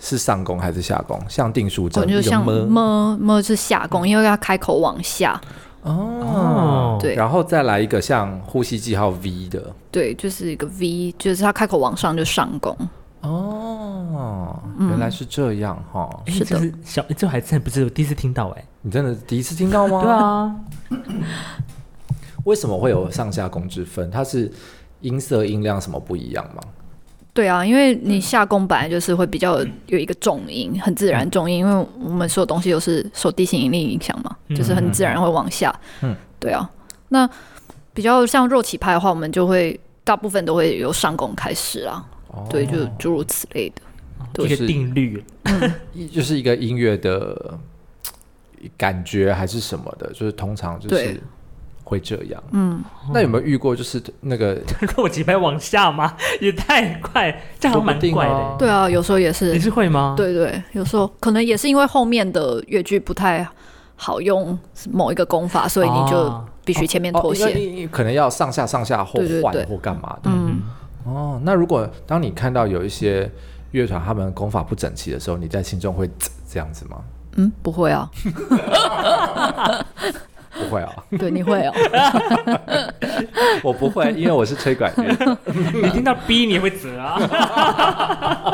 [SPEAKER 2] 是上弓还是下弓？像订书针
[SPEAKER 3] 我，哦就
[SPEAKER 2] 一个
[SPEAKER 3] 像
[SPEAKER 2] 么
[SPEAKER 3] 么么是下弓，因为要开口往下。
[SPEAKER 2] 哦，
[SPEAKER 3] 对
[SPEAKER 2] 然后再来一个像呼吸记号 V 的
[SPEAKER 3] 对，就是一个 V，就是他开口往上就上弓。
[SPEAKER 2] 哦，原来是这样哈、
[SPEAKER 1] 诶
[SPEAKER 3] 是
[SPEAKER 1] 这
[SPEAKER 3] 的
[SPEAKER 1] 哎是小，这还真不是我第一次听到哎。
[SPEAKER 2] 你真的第一次听到吗？
[SPEAKER 1] 对，啊，
[SPEAKER 2] 为什么会有上下弓之分？它是音色音量什么不一样吗？
[SPEAKER 3] 对啊，因为
[SPEAKER 2] 嗯
[SPEAKER 3] 你下弓本来就是会比较有有一个重音，很自
[SPEAKER 2] 嗯
[SPEAKER 3] 然重音，因为我们所有东西都是受地心引力影响嘛，就是很自然会往下。
[SPEAKER 2] 嗯，
[SPEAKER 3] 对啊。那比较像肉起拍的话，我们就会大部分都会由上弓开始啊，
[SPEAKER 2] 哦
[SPEAKER 3] 对，就诸如此类的。对
[SPEAKER 1] 一个
[SPEAKER 2] 是
[SPEAKER 1] 定律，
[SPEAKER 2] 一就是一个音乐的嘖感觉还是什么的，就是通常就是
[SPEAKER 3] 对
[SPEAKER 2] 会这样。嗯，那有没有遇过就是那个
[SPEAKER 1] 若几拍往下吗？也太快，这样还
[SPEAKER 2] 说不
[SPEAKER 1] 蛮
[SPEAKER 2] 定
[SPEAKER 1] 怪的
[SPEAKER 2] 哦
[SPEAKER 1] 欸。
[SPEAKER 3] 对啊，有时候也
[SPEAKER 1] 你
[SPEAKER 3] 是，
[SPEAKER 1] 是会吗？，
[SPEAKER 3] 对对，有时候可能也是因为后面的乐句不太好用某一个功法，所以你就
[SPEAKER 1] 哦
[SPEAKER 3] 必须前面
[SPEAKER 2] 哦
[SPEAKER 3] 妥
[SPEAKER 2] 因为
[SPEAKER 3] 协。
[SPEAKER 2] 你你可能要上下上下或
[SPEAKER 3] 对对对
[SPEAKER 2] 换或干嘛的？
[SPEAKER 3] 嗯，
[SPEAKER 2] 哦，那如果当你看到有一些乐团他们功法不整齐的时候，你在心中会嘖这样子吗？
[SPEAKER 3] 嗯，不会啊，
[SPEAKER 2] 不会 啊，
[SPEAKER 3] 对，你会哦。
[SPEAKER 2] 我不会，因为我是吹管乐。
[SPEAKER 1] 你听到 B 你也会折啊。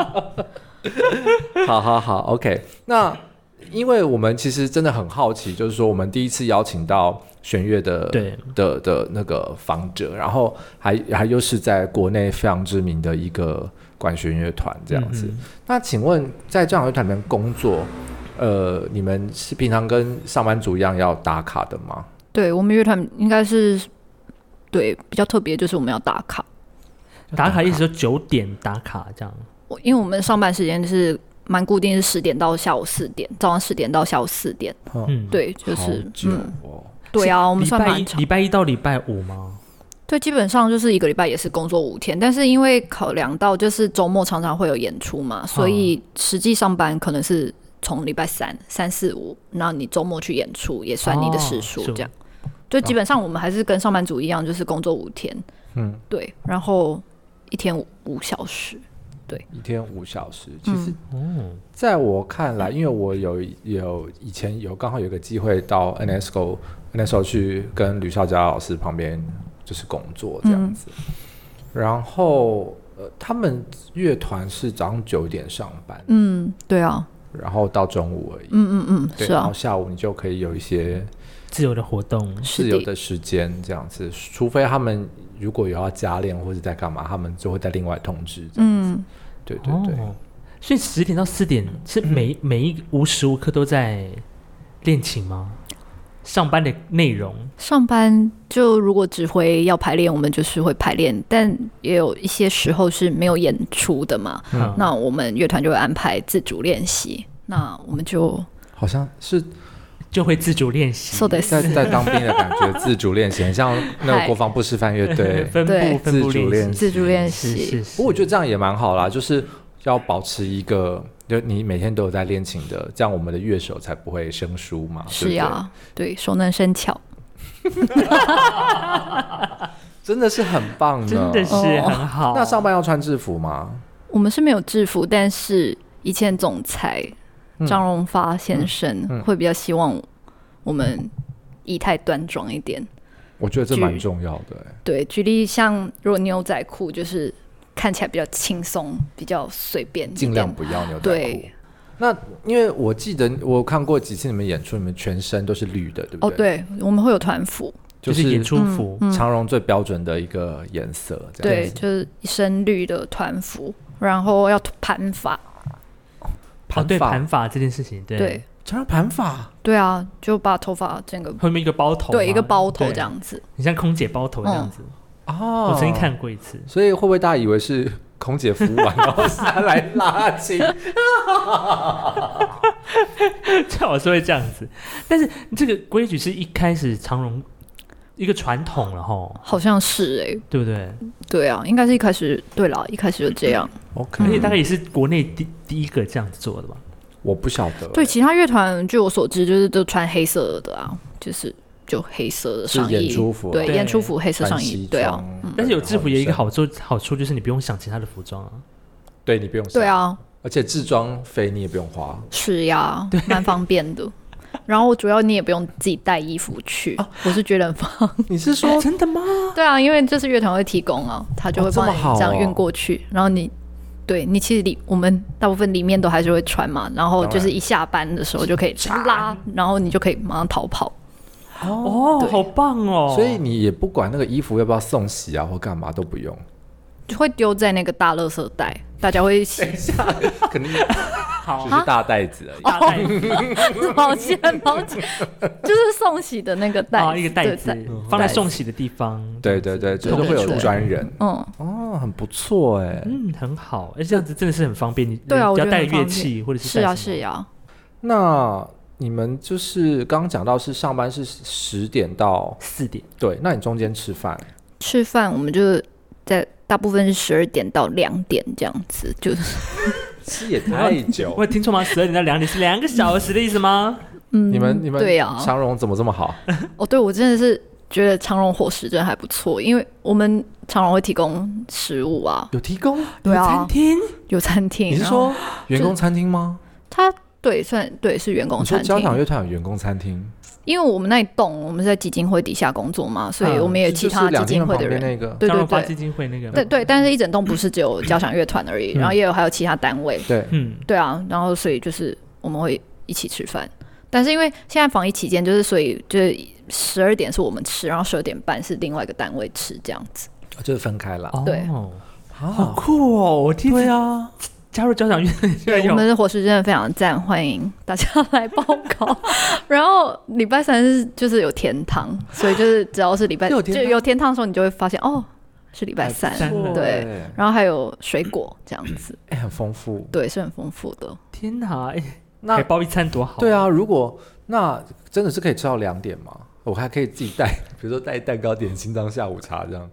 [SPEAKER 2] 好好好，OK。那因为我们其实真的很好奇，就是说我们第一次邀请到弦乐的
[SPEAKER 1] 对
[SPEAKER 2] 的的那个访者，然后还还又是在国内非常知名的一个管弦乐团这样子。
[SPEAKER 1] 嗯
[SPEAKER 2] 那请问在这样乐团里面工作，呃，你们是平常跟上班族一样要打卡的吗？
[SPEAKER 3] 对我们乐团应该是对比较特别，就是我们要打卡，
[SPEAKER 1] 打卡意思说九点打卡这样。
[SPEAKER 3] 我因为我们上班时间是蛮固定，是十点到下午四点，早上十点到下午四点。
[SPEAKER 1] 嗯，，
[SPEAKER 3] 对，就
[SPEAKER 2] 好
[SPEAKER 3] 是
[SPEAKER 2] 久
[SPEAKER 3] 嗯，
[SPEAKER 2] 哦。
[SPEAKER 3] 对啊，我们
[SPEAKER 1] 礼
[SPEAKER 3] 算
[SPEAKER 1] 拜
[SPEAKER 3] 蛮
[SPEAKER 1] 一
[SPEAKER 3] 长。
[SPEAKER 1] 礼拜一到礼拜五吗？
[SPEAKER 3] 对，基本上就是一个礼拜也是工作五天，但是因为考量到就是周末常常会有演出
[SPEAKER 1] 嗯
[SPEAKER 3] 嘛，所以实际上班可能是从礼拜三、三四五，然后你周末去演出也算你的时数
[SPEAKER 1] 哦是
[SPEAKER 3] 这样。就基本上我们还是跟上班族一样，就是工作五天，
[SPEAKER 2] 嗯，
[SPEAKER 3] 对，然后一天五五小时。
[SPEAKER 2] 一天五小时，
[SPEAKER 3] 嗯
[SPEAKER 2] 其实
[SPEAKER 1] 哦，
[SPEAKER 2] 在我看来，因为我有有以前有刚好有个机会到 NSCO NSCO 去跟吕少佳老师旁边就是工作这样子。
[SPEAKER 3] 嗯
[SPEAKER 2] 然后呃，他们乐团是早上九点上班，
[SPEAKER 3] 嗯，对啊，
[SPEAKER 2] 然后到中午而已。
[SPEAKER 3] 嗯嗯嗯，
[SPEAKER 2] 对，
[SPEAKER 3] 是
[SPEAKER 2] 然
[SPEAKER 3] 啊
[SPEAKER 2] 后，下午你就可以有一些
[SPEAKER 1] 自由的活动，
[SPEAKER 3] 是
[SPEAKER 2] 自由的时间这样子，除非他们如果有要加练或者在干嘛，他们就会再另外通知。这样
[SPEAKER 3] 嗯，
[SPEAKER 2] 对对对，
[SPEAKER 1] 哦、所以十点到四点 是每、每一无时无刻都在练琴吗？上班的内容
[SPEAKER 3] 上班就如果指挥要排练，我们就是会排练，但也有一些时候是没有演出的嘛，
[SPEAKER 1] 嗯
[SPEAKER 3] 那我们乐团就会安排自主练习。那我们就
[SPEAKER 2] 好像是
[SPEAKER 1] 就会自主练习，
[SPEAKER 3] so t
[SPEAKER 2] 在在当兵的感觉，自主练习，很像那个
[SPEAKER 3] 嗨
[SPEAKER 2] 国防部示范乐队。
[SPEAKER 1] 分
[SPEAKER 3] 对
[SPEAKER 1] 部分部
[SPEAKER 2] 自主
[SPEAKER 1] 练
[SPEAKER 2] 练
[SPEAKER 1] 习，
[SPEAKER 3] 自主练
[SPEAKER 1] 是
[SPEAKER 3] 习，
[SPEAKER 1] 是
[SPEAKER 2] 不
[SPEAKER 1] 是
[SPEAKER 2] 过我觉得这样也蛮好啦，就是要保持一个，就你每天都有在练琴的，这样我们的乐手才不会生疏嘛。对
[SPEAKER 3] 是
[SPEAKER 2] 不对
[SPEAKER 3] 呀、，对，熟能生巧，
[SPEAKER 2] 真的是很棒呢。
[SPEAKER 1] 真的是
[SPEAKER 3] 哦
[SPEAKER 1] 很好。
[SPEAKER 2] 那上班要穿制服吗？
[SPEAKER 3] 我们是没有制服，但是以前总裁
[SPEAKER 2] 嗯
[SPEAKER 3] 张荣发先生
[SPEAKER 2] 嗯嗯
[SPEAKER 3] 会比较希望我们仪态端庄一点。
[SPEAKER 2] 我觉得这蛮重要的、欸。
[SPEAKER 3] 对，举例像如果牛仔裤就是看起来比较轻松，比较随便一点，
[SPEAKER 2] 尽量不要牛仔裤
[SPEAKER 3] 对。
[SPEAKER 2] 那因为我记得我看过几次你们演出，你们全身都是绿的，对不
[SPEAKER 3] 哦，
[SPEAKER 2] 对？哦，
[SPEAKER 3] 对，我们会有团服，
[SPEAKER 1] 就
[SPEAKER 2] 就是
[SPEAKER 1] 演
[SPEAKER 2] 是嗯
[SPEAKER 1] 出服，
[SPEAKER 2] 长荣最标准的一个颜色，这样
[SPEAKER 3] 对，
[SPEAKER 2] 子。
[SPEAKER 3] 就是一身绿的团服，然后要盘发，
[SPEAKER 1] 哦，对
[SPEAKER 2] 发
[SPEAKER 1] 盘法这件事情，对
[SPEAKER 3] 对，
[SPEAKER 2] 长荣盘发，
[SPEAKER 3] 对啊，就把头发整个
[SPEAKER 1] 后面一个包头嘛，
[SPEAKER 3] 对一个包头
[SPEAKER 1] 啊对
[SPEAKER 3] 这，样子，
[SPEAKER 1] 你像空姐包头这样子，
[SPEAKER 2] 哦，
[SPEAKER 1] 我曾经，看过一次，
[SPEAKER 2] 所以会不会大家以为是空姐服务完然后下来拉筋？
[SPEAKER 1] 最好是会这样子，但是这个规矩是一开始长荣一个传统了吼，
[SPEAKER 3] 好像是哎、
[SPEAKER 1] 对不对？
[SPEAKER 3] 对啊，应该是一开始对啦，一开始就这样。
[SPEAKER 2] OK，
[SPEAKER 1] 而且大概也是国内第第一个这样子做的吧。
[SPEAKER 3] 嗯
[SPEAKER 2] 我不晓得，
[SPEAKER 3] 对，，其他乐团据我所知，就是都穿黑色的啊，就是就黑色的
[SPEAKER 2] 是
[SPEAKER 3] 上衣，
[SPEAKER 2] 演出服啊
[SPEAKER 3] 对，
[SPEAKER 1] 对
[SPEAKER 3] 演出服黑色
[SPEAKER 2] 穿
[SPEAKER 3] 上
[SPEAKER 2] 西
[SPEAKER 3] 衣，
[SPEAKER 2] 装
[SPEAKER 3] 对啊，，
[SPEAKER 1] 但是有制服
[SPEAKER 2] 嗯
[SPEAKER 1] 也有一个，好处，好处就是你不用想其他的服装啊。
[SPEAKER 2] 对你不用，
[SPEAKER 3] 对，啊，
[SPEAKER 2] 而且制装费你也不用花，
[SPEAKER 3] 是呀，蛮方便的。然后主要你也不用自己带衣服去，我是觉得很方。
[SPEAKER 2] 你是说
[SPEAKER 1] 哎真的吗？
[SPEAKER 3] 对啊，因为这是乐团会提供啊，他就
[SPEAKER 2] 哦
[SPEAKER 3] 会
[SPEAKER 2] 这
[SPEAKER 3] 帮
[SPEAKER 2] 么
[SPEAKER 3] 你
[SPEAKER 2] 好
[SPEAKER 3] 这样运
[SPEAKER 2] 哦
[SPEAKER 3] 过去，然后你。对你其实里我们大部分里面都还是会穿嘛，然后
[SPEAKER 2] 当
[SPEAKER 3] 就是
[SPEAKER 2] 然
[SPEAKER 3] 一下班的时候就可以拉，然后你就可以马上逃跑。
[SPEAKER 1] 哦，
[SPEAKER 3] 对
[SPEAKER 1] 好棒哦！
[SPEAKER 2] 所以你也不管那个衣服要不要送洗啊，或干嘛都 不用。
[SPEAKER 3] 会丢在那个大垃圾袋，大家会一起。
[SPEAKER 2] 肯定
[SPEAKER 1] 好
[SPEAKER 2] 只是大袋子而已。
[SPEAKER 1] 大袋子
[SPEAKER 3] 抱歉，抱歉，就是送洗的那个袋
[SPEAKER 1] 啊，
[SPEAKER 3] 子，
[SPEAKER 1] 一个袋子
[SPEAKER 3] 对
[SPEAKER 1] 放在送洗的地方。
[SPEAKER 2] 嗯对对对，
[SPEAKER 1] 这
[SPEAKER 2] 就是
[SPEAKER 1] 样子
[SPEAKER 2] 会有
[SPEAKER 3] 对
[SPEAKER 2] 专人
[SPEAKER 3] 嗯，
[SPEAKER 2] 哦，很不错哎。
[SPEAKER 1] 嗯，很好，哎，这样子真的是很方便。你
[SPEAKER 3] 对啊
[SPEAKER 1] 你
[SPEAKER 3] 我
[SPEAKER 1] 只要
[SPEAKER 3] 觉得
[SPEAKER 1] 带
[SPEAKER 3] 很方
[SPEAKER 1] 乐
[SPEAKER 3] 便
[SPEAKER 1] 器或者
[SPEAKER 3] 是
[SPEAKER 1] 带
[SPEAKER 3] 啊，
[SPEAKER 1] 什么
[SPEAKER 3] 是啊，
[SPEAKER 2] 那你们就是刚刚讲到是上班是十点到
[SPEAKER 1] 四点
[SPEAKER 2] 对，那你中间吃饭
[SPEAKER 3] 吃饭我们就是在大部分是十二点到两点这样子， 就是
[SPEAKER 2] 吃也太久
[SPEAKER 1] 我。有听错吗？十二点到两点是两个小时的意思吗？
[SPEAKER 3] 嗯，
[SPEAKER 2] 你们你们
[SPEAKER 3] 对啊，
[SPEAKER 2] 长荣怎么这么好？
[SPEAKER 3] 哦，对我真的是觉得长荣伙食真的还不错，因为我们长荣会提供食物啊，
[SPEAKER 2] 有提供？
[SPEAKER 3] 对
[SPEAKER 1] 有
[SPEAKER 3] 啊
[SPEAKER 1] 餐，厅
[SPEAKER 3] 有餐厅，
[SPEAKER 2] 你是
[SPEAKER 3] 然后
[SPEAKER 2] 说员工餐厅吗？
[SPEAKER 3] 他对算对是员工
[SPEAKER 2] 你说
[SPEAKER 3] 餐厅
[SPEAKER 2] 交，响乐团有员工餐厅，
[SPEAKER 3] 因为我们那一栋我们是在基金会底下工作嘛，所以
[SPEAKER 1] 嗯
[SPEAKER 3] 我们也有
[SPEAKER 2] 是
[SPEAKER 3] 其
[SPEAKER 2] 啊就是
[SPEAKER 3] 他基
[SPEAKER 2] 两
[SPEAKER 3] 金
[SPEAKER 2] 厅
[SPEAKER 3] 会
[SPEAKER 2] 旁
[SPEAKER 3] 的
[SPEAKER 2] 边
[SPEAKER 3] 人，
[SPEAKER 2] 那个
[SPEAKER 3] 对
[SPEAKER 1] 张
[SPEAKER 3] 对
[SPEAKER 1] 荣发
[SPEAKER 3] 对
[SPEAKER 1] 基。金会那个吗
[SPEAKER 3] 对对，但是一整栋不是只有交响乐团而
[SPEAKER 2] 嗯
[SPEAKER 3] 已，然后也有还有其他单位，
[SPEAKER 2] 对，
[SPEAKER 1] 嗯，
[SPEAKER 3] 对啊，然后所以就是我们会一起吃饭，但是因为现在防疫期间，就是所以就是十二点是我们吃，然后十二点半是另外一个单位吃这样子。
[SPEAKER 2] 就是分开了。
[SPEAKER 1] 哦
[SPEAKER 3] 对
[SPEAKER 1] 好
[SPEAKER 2] 好
[SPEAKER 1] 酷哦！我第一次
[SPEAKER 2] 啊，
[SPEAKER 1] 加入交响乐，居然
[SPEAKER 3] 我
[SPEAKER 1] 有
[SPEAKER 3] 们的伙食真的非常赞，欢迎大家来报考。然后礼拜三是就是有甜汤，所以就是只要是礼拜
[SPEAKER 2] 有
[SPEAKER 3] 就
[SPEAKER 2] 甜
[SPEAKER 3] 有甜汤的时候，你就会发现哦是礼拜三，
[SPEAKER 1] 三了
[SPEAKER 3] 对。
[SPEAKER 2] 对，
[SPEAKER 3] 然后还有水果这样子，
[SPEAKER 2] 哎，很丰富。
[SPEAKER 3] 对，是很丰富的。
[SPEAKER 1] 天哪！哎，
[SPEAKER 2] 那
[SPEAKER 1] 还包一餐多好。
[SPEAKER 2] 对，啊，如果那真的是可以吃到两点吗？我还可以自己带， 比如说带蛋糕、点心当下午茶这样。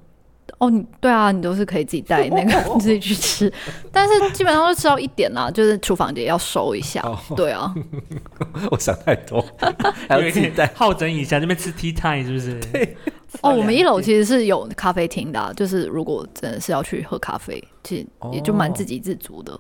[SPEAKER 3] 哦，你对啊，你都是可以自己带那个 自己去吃，但是基本上都吃到一点啦，就是厨房也要收一下。
[SPEAKER 2] 哦
[SPEAKER 3] 对啊，
[SPEAKER 2] 我想太 多，还要自己带。
[SPEAKER 1] 好整以下，这边吃 tea time 是不是？对。
[SPEAKER 3] 哦，我们一楼其实是有咖啡
[SPEAKER 2] 哦
[SPEAKER 3] 厅的啊、就是如果真的是要去喝咖啡，其实也就蛮自给自足的。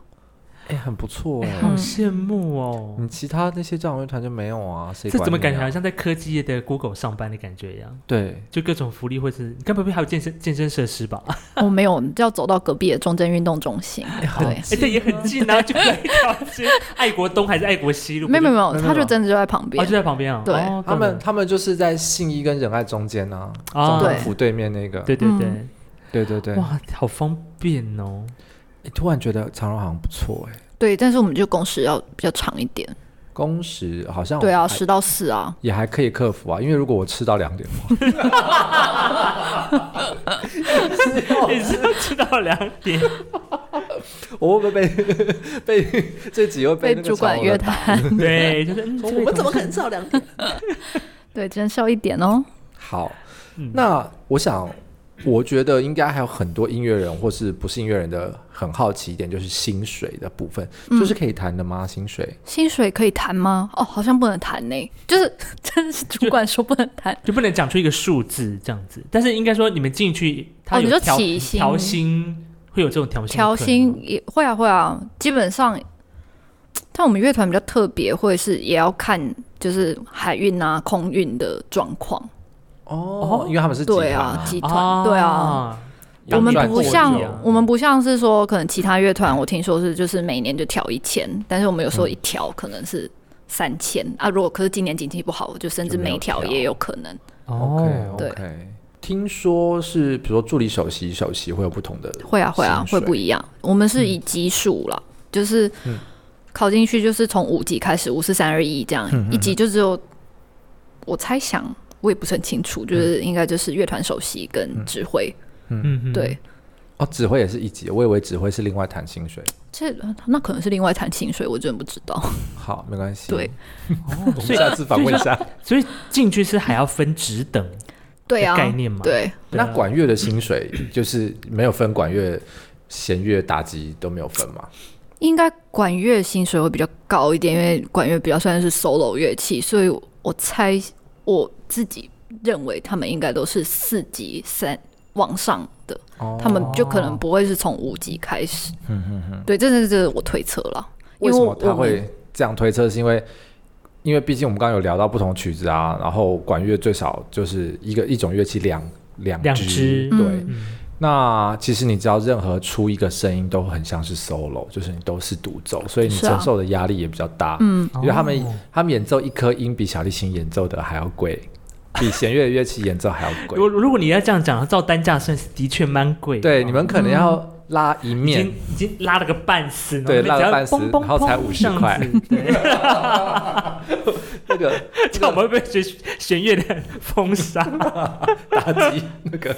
[SPEAKER 2] 哎、很不错哎、
[SPEAKER 1] 哎，好羡慕哦！
[SPEAKER 2] 你其他那些交响乐团就没有啊？谁
[SPEAKER 1] 这
[SPEAKER 2] 管
[SPEAKER 1] 怎么
[SPEAKER 2] 你
[SPEAKER 1] 感觉
[SPEAKER 2] 啊
[SPEAKER 1] 好像在科技业的 Google 上班的感觉一样？
[SPEAKER 2] 对，
[SPEAKER 1] 就各种福利，或是你该不会还有健身健身设施 吧？
[SPEAKER 3] 哦，没有，要走到隔壁的中正运动中心。对，
[SPEAKER 1] 哎，这也很近啊，就在一条街，爱国东还是爱国西路？
[SPEAKER 3] 没有没有没有
[SPEAKER 2] 没，有
[SPEAKER 3] 他
[SPEAKER 2] 没
[SPEAKER 3] 就
[SPEAKER 2] 有
[SPEAKER 3] 真的就在旁
[SPEAKER 1] 哦，
[SPEAKER 3] 边
[SPEAKER 1] 就。在旁边啊。
[SPEAKER 3] 对
[SPEAKER 1] 哦
[SPEAKER 2] 他们他们就是在信义跟仁爱中间啊，
[SPEAKER 1] 啊
[SPEAKER 2] 总统
[SPEAKER 3] 对
[SPEAKER 2] 府对面那个，
[SPEAKER 1] 对对对，
[SPEAKER 3] 嗯
[SPEAKER 2] 对对对。
[SPEAKER 1] 哇，好方便哦！
[SPEAKER 2] 哎突然觉得长荣好像不错哎、
[SPEAKER 3] 对，但是我们就工时要比较长一点。
[SPEAKER 2] 工时好像
[SPEAKER 3] 对啊，
[SPEAKER 2] 还
[SPEAKER 3] 十到四啊。
[SPEAKER 2] 也还可以克服啊，因为如果我吃到两点的话，
[SPEAKER 1] 你是要吃到两点，
[SPEAKER 2] 我会不会被 被这几位
[SPEAKER 3] 被
[SPEAKER 2] 那个
[SPEAKER 3] 主管
[SPEAKER 2] 长荣
[SPEAKER 3] 约
[SPEAKER 2] 的
[SPEAKER 3] 谈，
[SPEAKER 1] 对，就是嗯
[SPEAKER 2] 说
[SPEAKER 1] 这位
[SPEAKER 2] 我们怎么
[SPEAKER 1] 同
[SPEAKER 2] 可
[SPEAKER 1] 事
[SPEAKER 2] 能吃到两点？
[SPEAKER 3] 对，真少一点哦。
[SPEAKER 2] 好，
[SPEAKER 1] 嗯
[SPEAKER 2] 那我想，我觉得应该还有很多音乐人或是不是音乐人的很好奇一点，就是薪水的部分，这是可以谈的吗？薪水？
[SPEAKER 3] 薪水可以谈吗？哦，好像不能谈呢，就是 真的是主管说不能谈。
[SPEAKER 1] 就不能讲出一个数字这样子，但是应该说你们进去，他
[SPEAKER 3] 哦，你
[SPEAKER 1] 有
[SPEAKER 3] 说
[SPEAKER 1] 调
[SPEAKER 3] 起薪、
[SPEAKER 1] 调薪，会有这种调薪的
[SPEAKER 3] 调
[SPEAKER 1] 可能
[SPEAKER 3] 薪
[SPEAKER 1] 吗，
[SPEAKER 3] 也会啊会啊，基本上，但我们乐团比较特别，或者是也要看就是海运啊、空运的状况。
[SPEAKER 2] 哦，因为他们是集
[SPEAKER 3] 对
[SPEAKER 2] 团
[SPEAKER 3] 啊
[SPEAKER 2] 啊，，
[SPEAKER 3] 集团、
[SPEAKER 1] 啊，
[SPEAKER 3] 对啊。，我们
[SPEAKER 2] 转
[SPEAKER 3] 不
[SPEAKER 2] 过哦去
[SPEAKER 3] 像
[SPEAKER 2] 啊
[SPEAKER 3] 我们不像是说，可能其他乐团，我听说是就是每年就调一千，但是我们有时候
[SPEAKER 2] 嗯
[SPEAKER 3] 一调可能是三千、啊。如果可是今年经济不好，我就甚至
[SPEAKER 2] 就没有
[SPEAKER 3] 没调
[SPEAKER 2] 调
[SPEAKER 3] 也有可能
[SPEAKER 1] 哦
[SPEAKER 2] OK，
[SPEAKER 3] 对
[SPEAKER 2] OK。听说是，比如说助理首席、首席会有不同的，
[SPEAKER 3] 会啊会啊
[SPEAKER 2] 薪水
[SPEAKER 3] 会不一样。我们是以级数啦，就是
[SPEAKER 2] 嗯
[SPEAKER 3] 考进去就是从五级开始，五四三二一这样，
[SPEAKER 2] 嗯嗯
[SPEAKER 3] 一级就只有我猜想，我也不是很清楚，
[SPEAKER 2] 嗯
[SPEAKER 3] 就是应该就是乐团首席跟指挥、
[SPEAKER 1] 嗯哼，
[SPEAKER 3] 对。
[SPEAKER 2] 哦，指挥也是一级，我以为指挥是另外谈薪水。
[SPEAKER 3] 这那可能是另外谈薪水，我真的不知 道。
[SPEAKER 2] 好，没关系。
[SPEAKER 3] 对，
[SPEAKER 1] 哦，
[SPEAKER 2] 我
[SPEAKER 1] 所
[SPEAKER 2] 们
[SPEAKER 1] 以
[SPEAKER 2] 下次访问 一下。
[SPEAKER 1] 所以进去是还要分职等
[SPEAKER 3] 对
[SPEAKER 1] 的
[SPEAKER 3] 啊，
[SPEAKER 1] 概念嘛？
[SPEAKER 3] 对，
[SPEAKER 1] 对啊，
[SPEAKER 2] 那管乐的薪水就是没有分管乐、弦乐、打击都没有分嘛？
[SPEAKER 3] 应该管乐薪水会比较高一点，因为管乐比较算是 solo 乐器，所以我猜我自己认为他们应该都是四级三往上的，
[SPEAKER 2] 哦
[SPEAKER 3] 他们就可能不会是从五级开始。
[SPEAKER 2] 嗯嗯嗯。
[SPEAKER 3] 对，这是这是我推测了，因
[SPEAKER 2] 为什
[SPEAKER 3] 我
[SPEAKER 2] 么他
[SPEAKER 3] 我们
[SPEAKER 2] 会这样推测？是因为，因为毕竟我们刚刚有聊到不同曲子啊，然后管乐最少就是一个一种乐器两两
[SPEAKER 1] 两
[SPEAKER 2] 支
[SPEAKER 1] 支，
[SPEAKER 2] 对。
[SPEAKER 3] 嗯
[SPEAKER 2] 那其实你知道，任何出一个声音都很像是 solo，就是你都是独奏，所以你
[SPEAKER 3] 是啊
[SPEAKER 2] 承受的压力也比较大。
[SPEAKER 3] 嗯，
[SPEAKER 2] 因为他们、
[SPEAKER 1] 哦
[SPEAKER 2] 他们演奏一颗音比小提琴演奏的还要贵，比弦乐乐器演奏还要
[SPEAKER 1] 如
[SPEAKER 2] 贵。
[SPEAKER 1] 如果你要这样讲，照单价算是的确蛮贵。
[SPEAKER 2] 对，你们可能要拉一
[SPEAKER 1] 啊已
[SPEAKER 2] 面
[SPEAKER 1] 经，已经拉了个半死，
[SPEAKER 2] 对拉了半死
[SPEAKER 1] 死，嘣嘣
[SPEAKER 2] 然后才
[SPEAKER 1] 嘣
[SPEAKER 2] 50
[SPEAKER 1] 这样子
[SPEAKER 2] 块
[SPEAKER 1] 对
[SPEAKER 2] 那个
[SPEAKER 1] 这样我们会被弦弦乐的封杀。
[SPEAKER 2] 打击 那个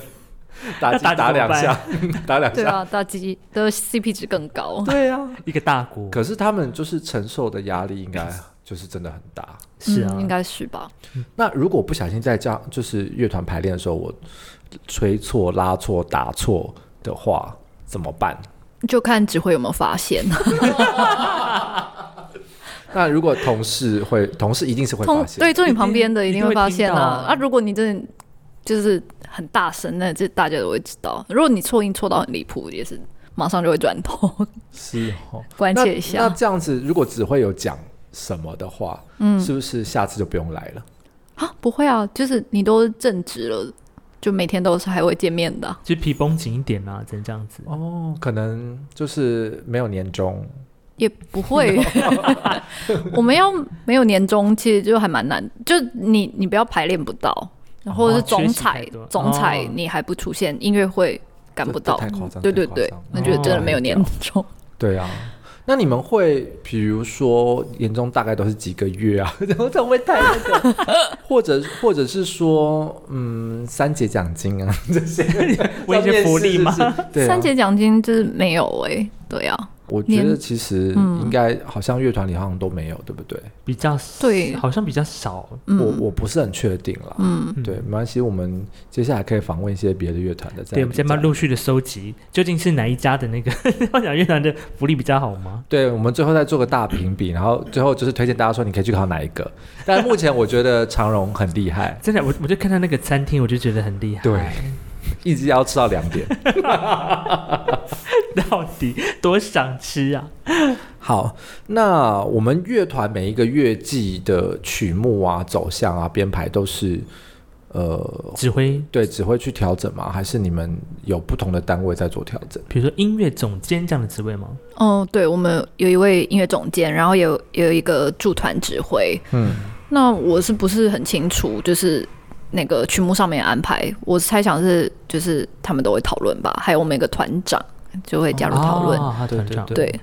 [SPEAKER 2] 打击
[SPEAKER 1] 那打击
[SPEAKER 2] 打两下， 打两
[SPEAKER 3] 对
[SPEAKER 2] 下。
[SPEAKER 3] 啊，大鸡的 CP 值更高。
[SPEAKER 2] 对啊，
[SPEAKER 1] 一个大国
[SPEAKER 2] 可是他们就是承受的压力应该就是真的很大。
[SPEAKER 1] 是啊
[SPEAKER 3] 嗯，应该是吧？
[SPEAKER 2] 那如果不小心在家就是乐团排练的时候，我吹错、拉错、打错的话，怎么办？
[SPEAKER 3] 就看指挥有没有发现。
[SPEAKER 2] 那如果同事会，同事一定是会发
[SPEAKER 3] 通
[SPEAKER 2] 现，
[SPEAKER 3] 对坐你旁边的一定会发现
[SPEAKER 1] 一定会
[SPEAKER 3] 啊
[SPEAKER 1] 听到啊
[SPEAKER 3] 啊！如果你真的就是很大声，那这大家都会知道。如果你错音错到很离谱，也是马上就会转头
[SPEAKER 2] 是哦。
[SPEAKER 3] 关
[SPEAKER 2] 那
[SPEAKER 3] 切一
[SPEAKER 2] 那
[SPEAKER 3] 下。
[SPEAKER 2] 这样子，如果只会有讲什么的话，嗯，是不是下次就不用来了？
[SPEAKER 3] 啊，不会啊，就是你都正直了，就每天都是还会见面的啊、
[SPEAKER 1] 就皮绷紧一点啊，只能这样子。
[SPEAKER 2] 哦，可能就是没有年终，
[SPEAKER 3] 也不会。 我们要没有年终，其实就还蛮难。就你你不要排练不到，
[SPEAKER 2] 哦
[SPEAKER 3] 或者是总
[SPEAKER 1] 缺
[SPEAKER 3] 彩
[SPEAKER 1] 席太多
[SPEAKER 3] 总彩
[SPEAKER 1] 哦
[SPEAKER 3] 你还不出现，音乐会赶
[SPEAKER 2] 这
[SPEAKER 3] 不
[SPEAKER 2] 这
[SPEAKER 3] 到
[SPEAKER 2] 太。夸张，
[SPEAKER 3] 对对
[SPEAKER 2] 太夸
[SPEAKER 3] 对
[SPEAKER 2] 张，
[SPEAKER 3] 那就真的没有
[SPEAKER 2] 哦
[SPEAKER 3] 年终。
[SPEAKER 2] 对啊。那你们会比如说年终大概都是几个月啊？ 然后这样会太那个，或者或者是说，嗯，三节奖金啊这些，
[SPEAKER 1] 为一些福利吗
[SPEAKER 2] 上面是？是 对、啊，
[SPEAKER 3] 三节奖金就是没有哎、对啊，
[SPEAKER 2] 我觉得
[SPEAKER 3] 年嗯
[SPEAKER 2] 其实应该好像乐团里好像都没有，对不对？
[SPEAKER 1] 比较
[SPEAKER 3] 对
[SPEAKER 1] 好像比较少。
[SPEAKER 2] 我我不是很确定啦。
[SPEAKER 3] 嗯，
[SPEAKER 2] 对，没关系，我们接下来可以访问一些别的乐团的。再
[SPEAKER 1] 对，我们
[SPEAKER 2] 再
[SPEAKER 1] 先慢慢陆续的收集，究竟是哪一家的那个 幻想乐团的福利比较好吗？，
[SPEAKER 2] 对，我们最后再做个大评比，然后最后就是推荐大家说你可以去考哪一个。 但目前我觉得长荣很厉害
[SPEAKER 1] 真的，我我就看到那个餐厅，我就觉得很厉害。
[SPEAKER 2] 对， 一直要吃到两点。
[SPEAKER 1] 到底多想吃啊！
[SPEAKER 2] 好，那我们乐团每一个乐季的曲目啊、走向啊、编排都是呃，
[SPEAKER 1] 指挥，
[SPEAKER 2] 对，只会去调整吗？还是你们有不同的单位在做调整？
[SPEAKER 1] 比如说音乐总监这样的职位吗？
[SPEAKER 3] 哦，对，我们有一位音乐总监，然后有有一个驻团指挥。
[SPEAKER 2] 嗯，
[SPEAKER 3] 那我是不是很清楚？就是那个曲目上面的安排，我猜想是就是他们都会讨论吧。还有我们一个团长就会加入讨论。
[SPEAKER 1] 哦、他
[SPEAKER 2] 对
[SPEAKER 1] 团
[SPEAKER 2] 对
[SPEAKER 1] 长
[SPEAKER 2] 对
[SPEAKER 3] 对，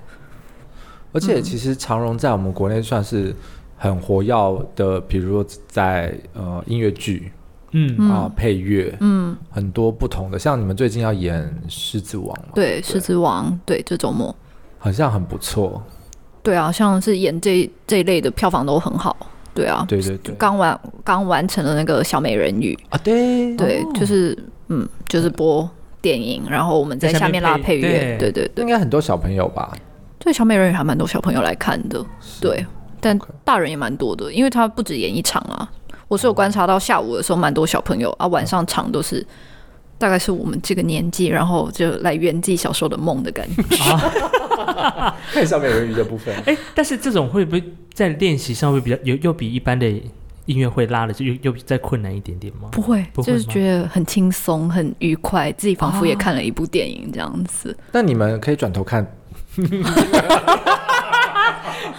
[SPEAKER 2] 而且其实长荣在我们国内算是很活跃的，比如说在呃音乐剧
[SPEAKER 1] 嗯，
[SPEAKER 3] 嗯
[SPEAKER 2] 啊、配乐，
[SPEAKER 3] 嗯，
[SPEAKER 2] 很多不同的，像你们最近要演《狮子王》嘛，
[SPEAKER 3] 对，狮子王，对，这周末，
[SPEAKER 2] 好像很不错。
[SPEAKER 3] 对啊，像是演这这一类的票房都很好。对啊，
[SPEAKER 2] 对对对，
[SPEAKER 3] 刚完刚完成了那个小美人鱼，
[SPEAKER 2] 啊，对
[SPEAKER 3] 对，
[SPEAKER 1] 哦
[SPEAKER 3] 就是嗯，就是播电影，然后我们在
[SPEAKER 1] 在下
[SPEAKER 3] 下
[SPEAKER 1] 面
[SPEAKER 3] 面拉
[SPEAKER 1] 配
[SPEAKER 3] 配乐，
[SPEAKER 1] 对
[SPEAKER 3] 对对对。
[SPEAKER 2] 应该很多小朋友吧？
[SPEAKER 3] 对，小美人鱼还蛮多小朋友来看的， 对，但大人也蛮多的，因为他不止演一场啊。我是有观察到下午的时候蛮多小朋友啊，晚上场都是。大概是我们这个年纪，然后就来圆自己小时候的梦的感觉。
[SPEAKER 2] 看小美人鱼的部分，
[SPEAKER 1] 哎、但是这种会不会在练习上会比较有又比一般的音乐会拉的就又又再困难一点点吗？
[SPEAKER 3] 不会，
[SPEAKER 1] 不会
[SPEAKER 3] 就是
[SPEAKER 1] 吗
[SPEAKER 3] 觉得很轻松、很愉快，自己仿佛也
[SPEAKER 1] 哦
[SPEAKER 3] 看了一部电影这样子。
[SPEAKER 2] 那你们可以转头看，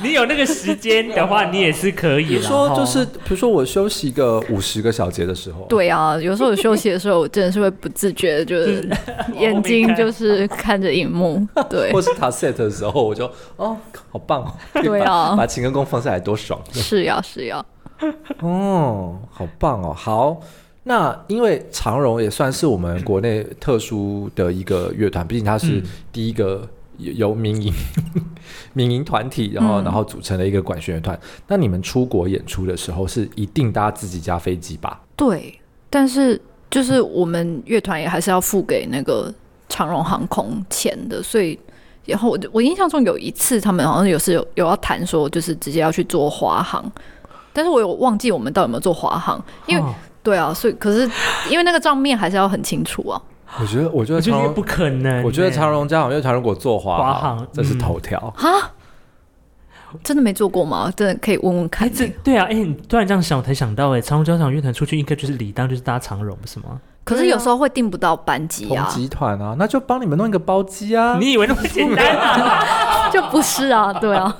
[SPEAKER 1] 你有那个哦时间 的话，你也是可
[SPEAKER 2] 比
[SPEAKER 1] 以
[SPEAKER 2] 如
[SPEAKER 1] 啦
[SPEAKER 2] 说
[SPEAKER 1] 吼
[SPEAKER 2] 就是，比如说我休息个五十个小节的时候，，
[SPEAKER 3] 对啊，有时候我休息的时候，我真的是会不自觉的， 就是眼睛就是看着荧幕。 对
[SPEAKER 2] 或，是他 set 的时候，我就哦，好棒哦， 可以
[SPEAKER 3] 对啊
[SPEAKER 2] 把把情歌功放下来多爽
[SPEAKER 3] 是呀、是呀、
[SPEAKER 2] 哦，好棒哦，好。那因为长荣也算是我们国内特殊的一个乐团，毕竟它
[SPEAKER 1] 嗯
[SPEAKER 2] 是第一个由由民营 民营团体，然
[SPEAKER 1] 嗯
[SPEAKER 2] 后然后组成的一个管弦乐团。那你们出国演出的时候，是一定搭自己家飞机吧？
[SPEAKER 3] 对，但是就是我们乐团也还是要付给那个长荣航空钱的，所以然后我我印象中有一次他们好像有是有有要谈说，就是直接要去做华航。但是我有忘记我们到底有没有做华航，因为、
[SPEAKER 1] 哦
[SPEAKER 3] 对啊，所以可是因为那个账面还是要很清楚啊。
[SPEAKER 2] 我觉得，我觉
[SPEAKER 1] 我
[SPEAKER 2] 得
[SPEAKER 1] 觉得
[SPEAKER 2] 长
[SPEAKER 1] 也
[SPEAKER 2] 荣
[SPEAKER 1] 不，可能、哎
[SPEAKER 2] 我觉得长
[SPEAKER 1] 荣，
[SPEAKER 2] 荣交响乐团如果做华
[SPEAKER 1] 华航
[SPEAKER 2] 这是
[SPEAKER 1] 嗯
[SPEAKER 2] 头条。
[SPEAKER 3] 啊，真的没做过吗？真的可以问问看、
[SPEAKER 1] 哎、这对啊，哎、你突然这样想，我才想到、哎，长荣交响乐团出去应该就是理当就是搭长荣，不是吗？
[SPEAKER 3] 可是有时候会订不到班机
[SPEAKER 2] 同
[SPEAKER 3] 啊，
[SPEAKER 2] 集团啊，那就帮你们弄一个包机啊。
[SPEAKER 1] 你以为那么简单啊？
[SPEAKER 3] 就不是啊，对啊，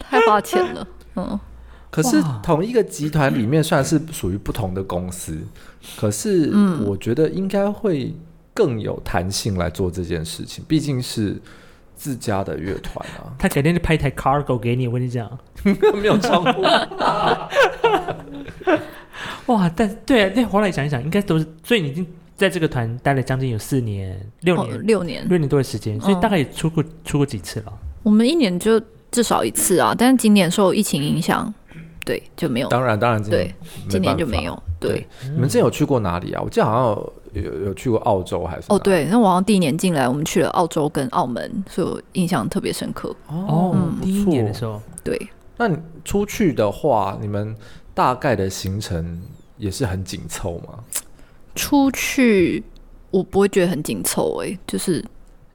[SPEAKER 3] 太花钱了。嗯，
[SPEAKER 2] 可是
[SPEAKER 1] 哇
[SPEAKER 2] 同一个集团里面算是属于不同的公司，可是
[SPEAKER 3] 嗯
[SPEAKER 2] 我觉得应该会更有弹性来做这件事情，毕竟是自家的乐团 啊
[SPEAKER 1] ，他改天就拍一台 cargo 给你，我跟你讲，
[SPEAKER 2] 没有超过。
[SPEAKER 1] 哇！但对啊，那后来想一想，应该都是，所以你已经在这个团待了将近有四年、六
[SPEAKER 3] 哦
[SPEAKER 1] 年、，
[SPEAKER 3] 六年，
[SPEAKER 1] 六年多的时间，所以
[SPEAKER 3] 嗯
[SPEAKER 1] 大概也出过、出过几次了。
[SPEAKER 3] 我们一年就至少一次啊，但是今年受疫情影响，对，就没有，
[SPEAKER 2] 当然，当然，
[SPEAKER 3] 对，今年就没
[SPEAKER 2] 办法。
[SPEAKER 3] 有，对。
[SPEAKER 2] 你们之前有去过哪里啊？我记得好像有有有去过澳洲还是哪
[SPEAKER 3] 哦，
[SPEAKER 2] 里
[SPEAKER 3] 对，那我好像第一年进来，我们去了澳洲跟澳门，所以我印象特别深刻。
[SPEAKER 1] 哦，
[SPEAKER 3] 嗯
[SPEAKER 2] 不
[SPEAKER 1] 第一
[SPEAKER 2] 错
[SPEAKER 1] 年的时候，
[SPEAKER 3] 对，
[SPEAKER 2] 那你出去的话，你们大概的行程也是很紧凑吗？
[SPEAKER 3] 出去我不会觉得很紧凑，哎，就是
[SPEAKER 1] 因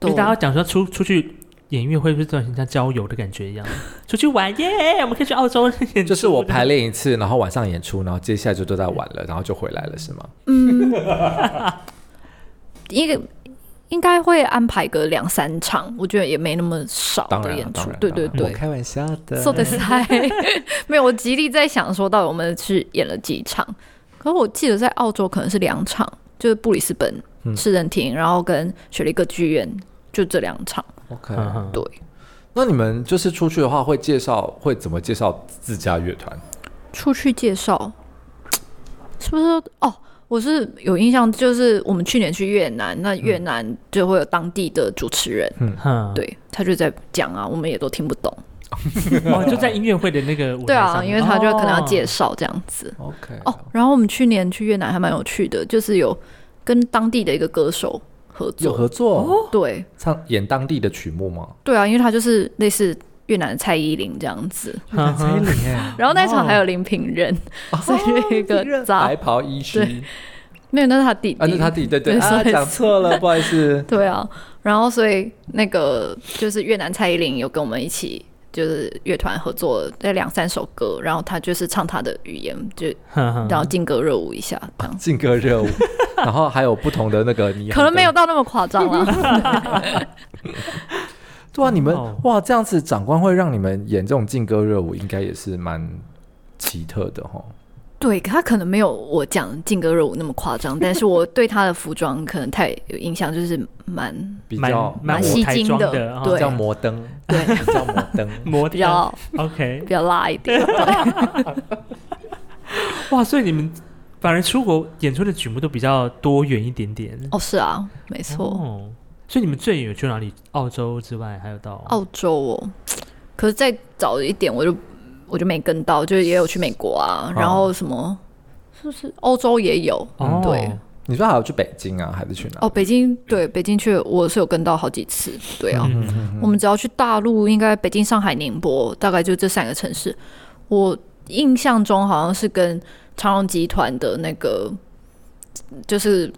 [SPEAKER 3] 都
[SPEAKER 1] 为大 家讲说出出去演音乐会，不是都很像郊游的感觉一样，出去玩耶，我们可以去澳洲演出
[SPEAKER 2] 就是我排练一次，然后晚上演出，然后接下来就都在玩了，然后就回来了，是吗？
[SPEAKER 3] 嗯应该应该会安排个两三场，我觉得也没那么少
[SPEAKER 2] 当
[SPEAKER 3] 的
[SPEAKER 2] 然
[SPEAKER 3] 演
[SPEAKER 2] 啊，当
[SPEAKER 3] 出
[SPEAKER 2] 然，。
[SPEAKER 3] 对对
[SPEAKER 2] 当然我
[SPEAKER 3] 对。
[SPEAKER 2] 开玩笑的。
[SPEAKER 3] 说 的是嗨， 没有，我极力在想说到底我们是演了几场，可是我记得在澳洲可能是两场，就是布里斯本
[SPEAKER 2] 嗯
[SPEAKER 3] 市政厅，然后跟雪梨歌剧院，就这两场。
[SPEAKER 2] OK，
[SPEAKER 1] 嗯哼
[SPEAKER 3] 对
[SPEAKER 2] 那你们就是出去的话，会介绍会怎么介绍自家乐团？
[SPEAKER 3] 出去介绍，是不是？哦，我是有印象，就是我们去年去越南，那越
[SPEAKER 2] 嗯
[SPEAKER 3] 南就会有当地的主持人，
[SPEAKER 1] 哼，
[SPEAKER 3] 对他就在讲啊，我们也都听不懂。
[SPEAKER 1] 哦，就在音乐会的那个舞台
[SPEAKER 3] 对
[SPEAKER 1] 上
[SPEAKER 3] 啊，
[SPEAKER 1] 面，哦
[SPEAKER 3] 因为他就可能
[SPEAKER 2] 哦
[SPEAKER 3] 要介
[SPEAKER 1] 绍。
[SPEAKER 3] 绍这样子。
[SPEAKER 2] OK，
[SPEAKER 3] 哦，然后我们去年去越南还蛮有趣的，就是有跟当地的一个歌手合
[SPEAKER 2] 有
[SPEAKER 3] 作。
[SPEAKER 2] 合作、
[SPEAKER 3] 对
[SPEAKER 2] 唱演当地的曲目吗？
[SPEAKER 3] 对啊，因为他就是类似越南的蔡依林这样子。
[SPEAKER 1] 嗯哼
[SPEAKER 2] 耶，哦
[SPEAKER 3] 然后那一场还有林品任， 所以就一个杂
[SPEAKER 2] 白袍医师
[SPEAKER 3] 对没有，那是他弟弟。
[SPEAKER 2] 啊，那是他自己对对
[SPEAKER 3] 对
[SPEAKER 2] 啊，
[SPEAKER 3] 所以
[SPEAKER 2] 讲错了，不好意思。
[SPEAKER 3] 对啊，然后所以那个就是越南蔡依林有跟我们一起就是乐团合作那两三首歌，然后他就是唱他的语言，
[SPEAKER 2] 嗯
[SPEAKER 3] 就
[SPEAKER 1] 哼
[SPEAKER 3] 然
[SPEAKER 1] 哼
[SPEAKER 3] 后劲歌热舞一下这样。
[SPEAKER 2] 劲歌 热舞，然后还有不同的那个你
[SPEAKER 3] 可能没有到那么夸张啦，
[SPEAKER 2] 对啊，你们
[SPEAKER 1] 哦
[SPEAKER 2] 哇这样子长官会让你们演这种劲歌热舞，应该也是蛮奇特的哈。
[SPEAKER 3] 对他可能没有我讲劲歌热舞那么夸张，但 是我对他的服装可能太有印象，就是蛮
[SPEAKER 2] 比
[SPEAKER 1] 蛮
[SPEAKER 2] 较
[SPEAKER 1] 蛮
[SPEAKER 3] 蛮
[SPEAKER 1] 舞
[SPEAKER 3] 吸
[SPEAKER 1] 台
[SPEAKER 3] 睛
[SPEAKER 1] 妆
[SPEAKER 3] 的
[SPEAKER 1] 的，哦
[SPEAKER 2] 比
[SPEAKER 3] 对
[SPEAKER 2] 较摩登，
[SPEAKER 3] 对
[SPEAKER 2] 比 较摩登。
[SPEAKER 1] 摩
[SPEAKER 3] 比较
[SPEAKER 1] 登 OK，
[SPEAKER 3] 比较辣一点。
[SPEAKER 1] 哇，所以你们反而出国演出的曲目都比较多元一点点。
[SPEAKER 3] 哦，是啊，没错。
[SPEAKER 1] 哦，所以你们最远有去哪里？澳洲之外，还有到
[SPEAKER 3] 澳洲哦，可是再早一点我就我就没跟到，就也有去美国啊，然后什么是不是欧洲也有？
[SPEAKER 1] 哦，
[SPEAKER 3] 对
[SPEAKER 2] 你说还有去北京啊，还是去哪？
[SPEAKER 3] 哦，北京对北京去我是有跟到好几次，对啊，
[SPEAKER 1] 嗯
[SPEAKER 3] 我们只要去大陆，应该北京、上海、宁波，大概就这三个城市。我印象中好像是跟长荣集团的那个，就是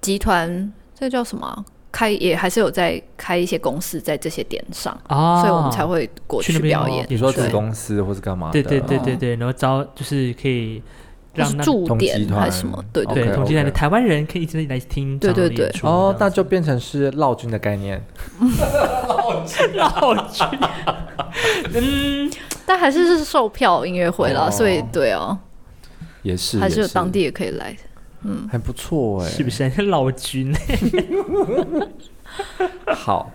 [SPEAKER 3] 集团这叫什么啊、开也还是有在开一些公司在这些点上，
[SPEAKER 1] 啊，
[SPEAKER 3] 所以我们才会过
[SPEAKER 1] 去那边
[SPEAKER 3] 表
[SPEAKER 1] 哦
[SPEAKER 3] 演。
[SPEAKER 2] 你说
[SPEAKER 1] 对
[SPEAKER 2] 子公司或是干嘛的？
[SPEAKER 1] 对对对对对，然后招就是可以
[SPEAKER 3] 或
[SPEAKER 1] 让
[SPEAKER 3] 是
[SPEAKER 1] 那
[SPEAKER 3] 驻
[SPEAKER 2] 同集
[SPEAKER 3] 点
[SPEAKER 2] 团
[SPEAKER 3] 还是什么？对对
[SPEAKER 1] 对
[SPEAKER 2] OK，
[SPEAKER 1] 同济来的
[SPEAKER 2] OK
[SPEAKER 1] 台湾人可以一直来听
[SPEAKER 3] 对
[SPEAKER 1] 长荣的
[SPEAKER 3] 对对
[SPEAKER 1] 演出
[SPEAKER 2] 哦，
[SPEAKER 1] 这
[SPEAKER 2] 那
[SPEAKER 1] 样子
[SPEAKER 2] 就变成是烙军的概念。
[SPEAKER 1] 绕去，嗯，
[SPEAKER 3] 但还是是售票音乐会啦，
[SPEAKER 2] 哦
[SPEAKER 3] 所以对啊，
[SPEAKER 2] 也是，
[SPEAKER 3] 还是
[SPEAKER 2] 也
[SPEAKER 3] 有当地也可以来。
[SPEAKER 2] 还不错哎、
[SPEAKER 1] 是不是老君？
[SPEAKER 2] 好，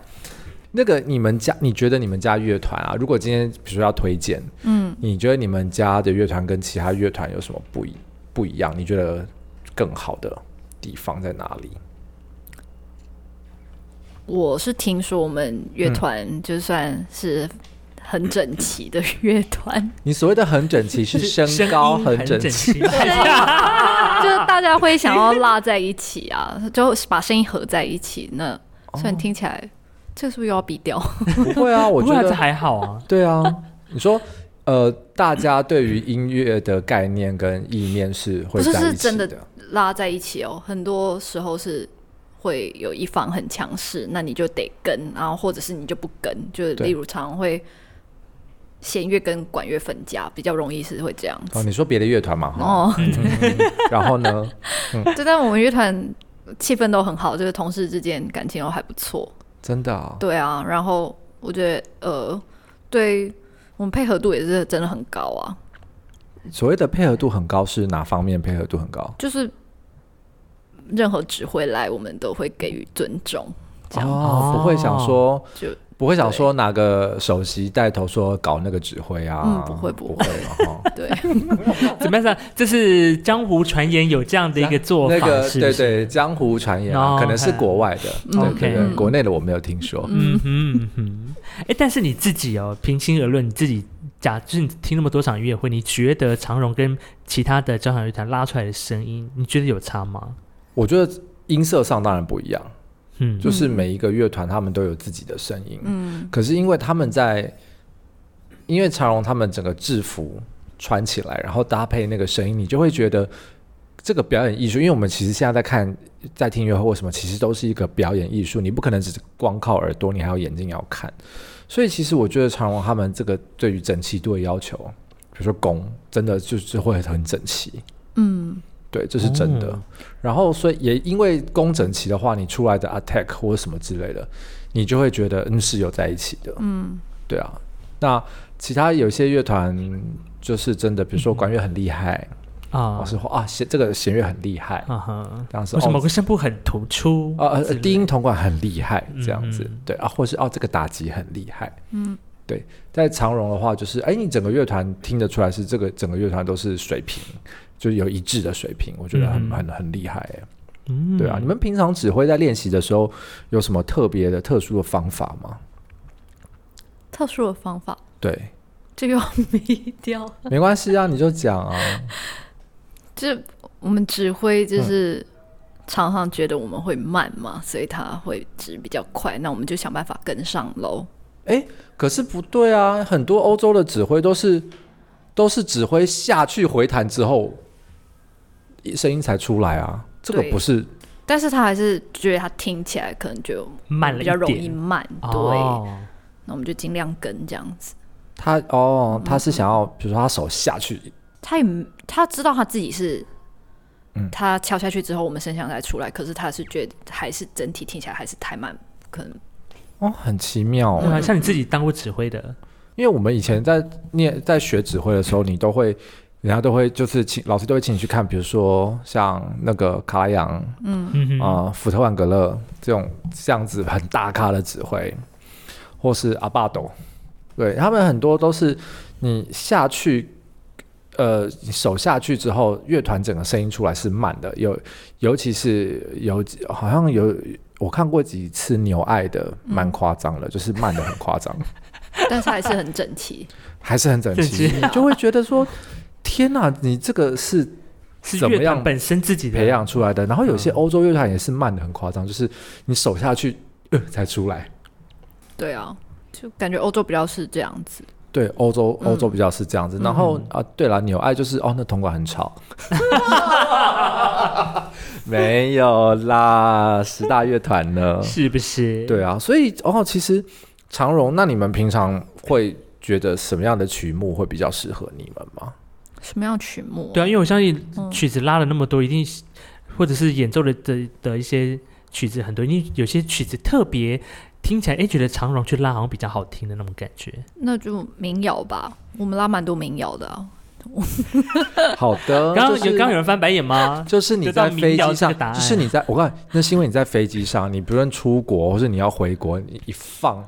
[SPEAKER 2] 那个你们家，你觉得你们家乐团啊，如果今天比如说要推荐，嗯，你觉得你们家的乐团跟其他乐团有什么不一不一样？你觉得更好的地方在哪里？
[SPEAKER 3] 我是听说我们乐团就算是很整齐的乐团，
[SPEAKER 2] 你所谓的很整 齐是 身高
[SPEAKER 1] 音
[SPEAKER 2] 很
[SPEAKER 1] 整
[SPEAKER 2] 整齐，
[SPEAKER 1] 齐，
[SPEAKER 3] 就是大家会想要拉在一起啊， 就是把声音合在一起。那
[SPEAKER 2] 哦
[SPEAKER 3] 虽然听起来，这是不是又要比掉？
[SPEAKER 2] 不会啊，我
[SPEAKER 1] 不
[SPEAKER 2] 觉
[SPEAKER 1] 过
[SPEAKER 2] 得
[SPEAKER 1] 这还好啊。
[SPEAKER 2] 对 啊，你说。呃，大家对于音乐的概念跟意念是会
[SPEAKER 3] 不是
[SPEAKER 2] 在一
[SPEAKER 3] 是
[SPEAKER 2] 起
[SPEAKER 3] 真的拉在一起哦，很多时候是会有一方很强势，那你就得跟，然后或者是你就不跟，就是
[SPEAKER 2] 对
[SPEAKER 3] 例如常常会弦乐跟管乐分家，比较容易是会这样
[SPEAKER 2] 哦，
[SPEAKER 3] 子。
[SPEAKER 2] 你说别的乐团嘛哈，
[SPEAKER 3] 哦，
[SPEAKER 2] 然后呢，
[SPEAKER 3] 就但我们乐团气氛都很好，就是同事之间感情都还不错。
[SPEAKER 2] 真的、啊，
[SPEAKER 3] 对啊，然后我觉得呃，对我们配合度也是真的很高啊，
[SPEAKER 2] 所谓的配合度很高是哪方面配合度很高？
[SPEAKER 3] 就是任何指挥来，我们都会给予尊 重，这样、
[SPEAKER 2] 哦，不会想说，
[SPEAKER 3] 就
[SPEAKER 2] 不会想说哪个首席带头说搞那个指挥啊？
[SPEAKER 3] 嗯不会不
[SPEAKER 2] 不
[SPEAKER 3] 会
[SPEAKER 2] 会哦
[SPEAKER 3] 对。
[SPEAKER 1] 怎么样？啊这是江湖传言有这样的一个做法，
[SPEAKER 2] 那个
[SPEAKER 1] 是不
[SPEAKER 2] 对
[SPEAKER 1] 是？
[SPEAKER 2] 对，江湖传言啊
[SPEAKER 1] 哦
[SPEAKER 2] 可能是国外的，对
[SPEAKER 1] OK
[SPEAKER 2] 对对，
[SPEAKER 1] 嗯
[SPEAKER 2] 国内的我没有听说。
[SPEAKER 1] 嗯哼嗯 哼。哎，但是你自己哦，平心而论，你自己假就是你听那么多场音乐会，你觉得长荣跟其他的交响乐团拉出来的声音，你觉得有差吗？
[SPEAKER 2] 我觉得音色上当然不一样，
[SPEAKER 1] 嗯，
[SPEAKER 2] 就是每一个乐团他们都有自己的声音，
[SPEAKER 3] 嗯
[SPEAKER 2] 可是因为他们在，因为长荣他们整个制服穿起来，然后搭配那个声音，你就会觉得这个表演艺术。因为我们其实现在在看、在听音乐会或什么，其实都是一个表演艺术，你不可能只是光靠耳朵，你还有眼睛要看。所以其实我觉得长荣他们这个对于整齐度的要求，比如说弓，真的就是会很整齐。
[SPEAKER 3] 嗯，
[SPEAKER 2] 对，这是真的。
[SPEAKER 1] 哦
[SPEAKER 2] 然后，所以也因为工整齐的话，你出来的 attack 或者什么之类的，你就会觉得嗯是有在一起的。嗯，对啊。那其他有些乐团就是真的，比如说管乐很厉害，
[SPEAKER 1] 嗯啊
[SPEAKER 2] 老师说啊弦这个弦乐很厉害，
[SPEAKER 1] 啊哈，
[SPEAKER 2] 这样子
[SPEAKER 1] 为什么
[SPEAKER 2] 哦
[SPEAKER 1] 某个声部很突出
[SPEAKER 2] 啊呃
[SPEAKER 1] 之类的
[SPEAKER 2] 低音铜管很厉害
[SPEAKER 1] 嗯
[SPEAKER 2] 这样子，
[SPEAKER 1] 嗯
[SPEAKER 2] 对啊，或是哦这个打击很厉害，嗯。对，在长荣的话，就是哎，你整个乐团听得出来是这个整个乐团都是水平，就是有一致的水平，我觉得很、
[SPEAKER 1] 嗯
[SPEAKER 2] 很很厉害哎。
[SPEAKER 1] 嗯
[SPEAKER 2] 对啊，你们平常指挥在练习的时候有什么特别的、特殊的方法吗？
[SPEAKER 3] 特殊的方法，
[SPEAKER 2] 对，
[SPEAKER 3] 这个要迷掉。
[SPEAKER 2] 没关系啊，你就讲啊。
[SPEAKER 3] 就是我们指挥
[SPEAKER 1] 嗯
[SPEAKER 3] 就是常常觉得我们会慢嘛，所以他会指比较快，那我们就想办法跟上喽。
[SPEAKER 2] 哎，可是不对啊，很多欧洲的指挥都是都是指挥下去回弹之后，声音才出来啊。这个
[SPEAKER 3] 对
[SPEAKER 2] 不是
[SPEAKER 3] 但是他还是觉得他听起来可能就
[SPEAKER 1] 慢了
[SPEAKER 3] 比
[SPEAKER 1] 一
[SPEAKER 3] 较
[SPEAKER 1] 点
[SPEAKER 3] 容易慢，对，
[SPEAKER 1] 哦
[SPEAKER 3] 那我们就尽量跟这样子。
[SPEAKER 2] 他哦，他是想要，比如说他手下去，
[SPEAKER 3] 他也他知道他自己是
[SPEAKER 2] 嗯，
[SPEAKER 3] 他敲下去之后我们声响才出来，可是他是觉得还是整体听起来还是太慢，可能
[SPEAKER 2] 哦，很奇妙哦、
[SPEAKER 1] 对啊，像你自己当过指挥的，
[SPEAKER 2] 因为我们以前在念在学指挥的时候，你都会，人家都会就是请老师都会请你去看，比如说像那个卡拉扬
[SPEAKER 1] 嗯哼，
[SPEAKER 2] 啊、呃福特万格勒这种这样子很大咖的指挥，或是阿巴斗，对他们很多都是你下去。呃，你手下去之后，乐团整个声音出来是慢的，有，尤其是有，好像有我看过几次牛爱的，蛮夸张的，就是慢的很夸张。
[SPEAKER 3] 但是还是很整齐。
[SPEAKER 2] 还是很整齐，
[SPEAKER 1] 整
[SPEAKER 2] 你就会觉得说，天哪、你这个是
[SPEAKER 1] 是
[SPEAKER 2] 怎么
[SPEAKER 1] 乐团
[SPEAKER 2] 样
[SPEAKER 1] 本身自己的
[SPEAKER 2] 培，养出来的。然后有些
[SPEAKER 1] 嗯
[SPEAKER 2] 欧洲乐团也是慢的很夸张，就是你手下去、呃、才出来。
[SPEAKER 3] 对啊，就感觉欧洲比较是这样子。
[SPEAKER 2] 对，欧洲
[SPEAKER 3] 嗯
[SPEAKER 2] 欧洲比较是这样子。然后
[SPEAKER 1] 嗯
[SPEAKER 2] 啊，对了，纽爱就是哦，那铜管 很吵。没有啦，十大乐团呢？
[SPEAKER 1] 是不是？
[SPEAKER 2] 对啊，所以哦，其实长荣，那你们平常会觉得什么样的曲目会比较适合你们吗？
[SPEAKER 3] 什么样的曲目？
[SPEAKER 1] 对啊，因为我相信
[SPEAKER 3] 嗯
[SPEAKER 1] 曲子拉了那么多，一定是或者是演奏的的的一些曲子很多，因为有些曲子特别听起来，哎，觉得长荣去拉好像比较好听的那种感觉。
[SPEAKER 3] 那就民谣吧。我们拉蛮多民谣的、啊，
[SPEAKER 2] 好的，
[SPEAKER 3] 哦
[SPEAKER 1] 刚刚有
[SPEAKER 2] 就是
[SPEAKER 1] 刚刚有人翻白眼吗？
[SPEAKER 2] 就是你
[SPEAKER 1] 得到
[SPEAKER 2] 在飞机
[SPEAKER 1] 民谣这个
[SPEAKER 2] 上
[SPEAKER 1] 答，案
[SPEAKER 2] 就是你在我告诉你，那是因为你在飞机上，你不论出国或是你要回国，你一放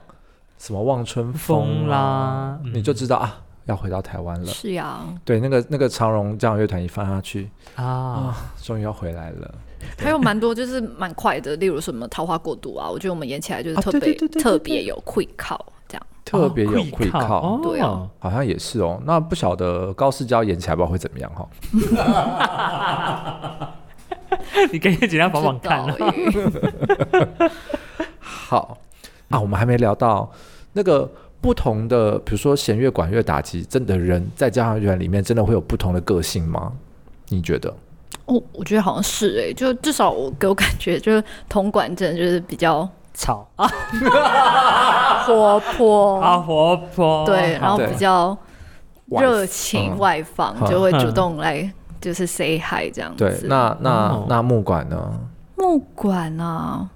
[SPEAKER 2] 什么望春
[SPEAKER 1] 风
[SPEAKER 2] 风啦，
[SPEAKER 1] 啦，嗯
[SPEAKER 2] 你就知道啊，要回到台湾了。
[SPEAKER 3] 是啊呀。
[SPEAKER 2] 对，那个那个长荣交响乐团一放下去，
[SPEAKER 1] 啊，
[SPEAKER 2] 终于要回来了。
[SPEAKER 3] 还有蛮多就是蛮快的，例如什么《桃花过渡》啊，我觉得我们演起来就是
[SPEAKER 2] 啊
[SPEAKER 3] 特
[SPEAKER 2] 对
[SPEAKER 3] 别、
[SPEAKER 2] 对对对对
[SPEAKER 3] 特别有 quick 靠这样。
[SPEAKER 2] 特别有
[SPEAKER 1] 愧
[SPEAKER 2] 愧
[SPEAKER 1] 哦靠，哦
[SPEAKER 2] 靠，
[SPEAKER 3] 对啊
[SPEAKER 2] 好像也是哦。那不晓得高世娇演起来不知道会怎么样哈、
[SPEAKER 1] 你可以尽量帮忙看啊
[SPEAKER 3] 不知道耶
[SPEAKER 2] 哦 好啊，我们还没聊到那个不同的，比如说弦乐、管乐、打击，真的人在交响乐团里面真的会有不同的个性吗？你觉得？
[SPEAKER 3] 我哦我觉得好像是哎、就至少我给我感觉就是铜管真的就是比较
[SPEAKER 1] 吵
[SPEAKER 3] 欸
[SPEAKER 1] 啊
[SPEAKER 3] 活泼，
[SPEAKER 1] 啊活泼，
[SPEAKER 3] 对，然后
[SPEAKER 2] 对
[SPEAKER 3] 比较
[SPEAKER 2] 外
[SPEAKER 3] 热情
[SPEAKER 2] 嗯
[SPEAKER 3] 外放，
[SPEAKER 2] 嗯
[SPEAKER 3] 就会主动来就是 say hi 这样子。
[SPEAKER 2] 对，那那、
[SPEAKER 1] 哦
[SPEAKER 2] 那木管呢？
[SPEAKER 3] 木管啊，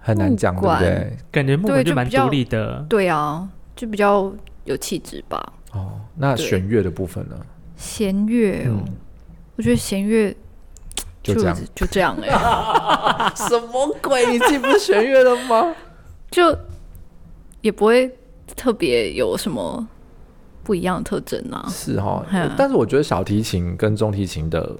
[SPEAKER 2] 很难讲，
[SPEAKER 3] 木
[SPEAKER 2] 对不
[SPEAKER 3] 管
[SPEAKER 2] 对？
[SPEAKER 1] 感觉木
[SPEAKER 3] 对
[SPEAKER 1] 门
[SPEAKER 3] 就
[SPEAKER 1] 就蛮
[SPEAKER 3] 比较
[SPEAKER 1] 独立的，
[SPEAKER 3] 对啊，就比较有气质吧。
[SPEAKER 2] 哦，那
[SPEAKER 3] 对
[SPEAKER 2] 弦乐的部分呢？
[SPEAKER 3] 弦乐哦，
[SPEAKER 2] 嗯
[SPEAKER 3] 我觉得弦乐
[SPEAKER 2] 就这样。
[SPEAKER 3] 就这样哎、
[SPEAKER 2] 什么 鬼？你自己不是弦乐的吗？
[SPEAKER 3] 就也不会特别有什么不一样的特征啊。
[SPEAKER 2] 是哈、
[SPEAKER 3] 嗯
[SPEAKER 2] 但是我觉得小提琴跟中提琴的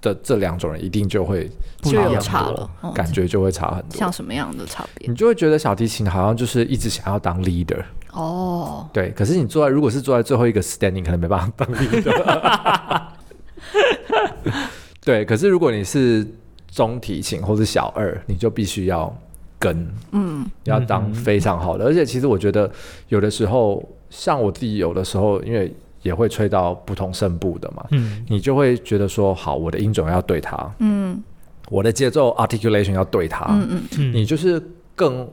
[SPEAKER 2] 的这两种人一定就会
[SPEAKER 1] 不
[SPEAKER 3] 就
[SPEAKER 1] 一
[SPEAKER 3] 有
[SPEAKER 1] 样
[SPEAKER 3] 差
[SPEAKER 2] 很多
[SPEAKER 3] 了，嗯
[SPEAKER 2] 感觉嗯就会差很多
[SPEAKER 3] 像。什么样的差别
[SPEAKER 2] 你？就会觉得小提琴好像就是一直想要当 leader，
[SPEAKER 3] 哦，
[SPEAKER 2] 对。可是你坐在如果是坐在最后一个 standing，可能没办法当 leader。对，可是如果你是中提琴或是小二，你就必须要跟
[SPEAKER 3] 嗯，
[SPEAKER 2] 要当非常好的。而且其实我觉得有的时候，像我自己有的时候，因为也会吹到不同声部的嘛，
[SPEAKER 1] 嗯，
[SPEAKER 2] 你就会觉得说，好，我的音准要对它，嗯，我的节奏 articulation 要对它，
[SPEAKER 3] 嗯嗯，
[SPEAKER 1] 嗯
[SPEAKER 2] 你就是更。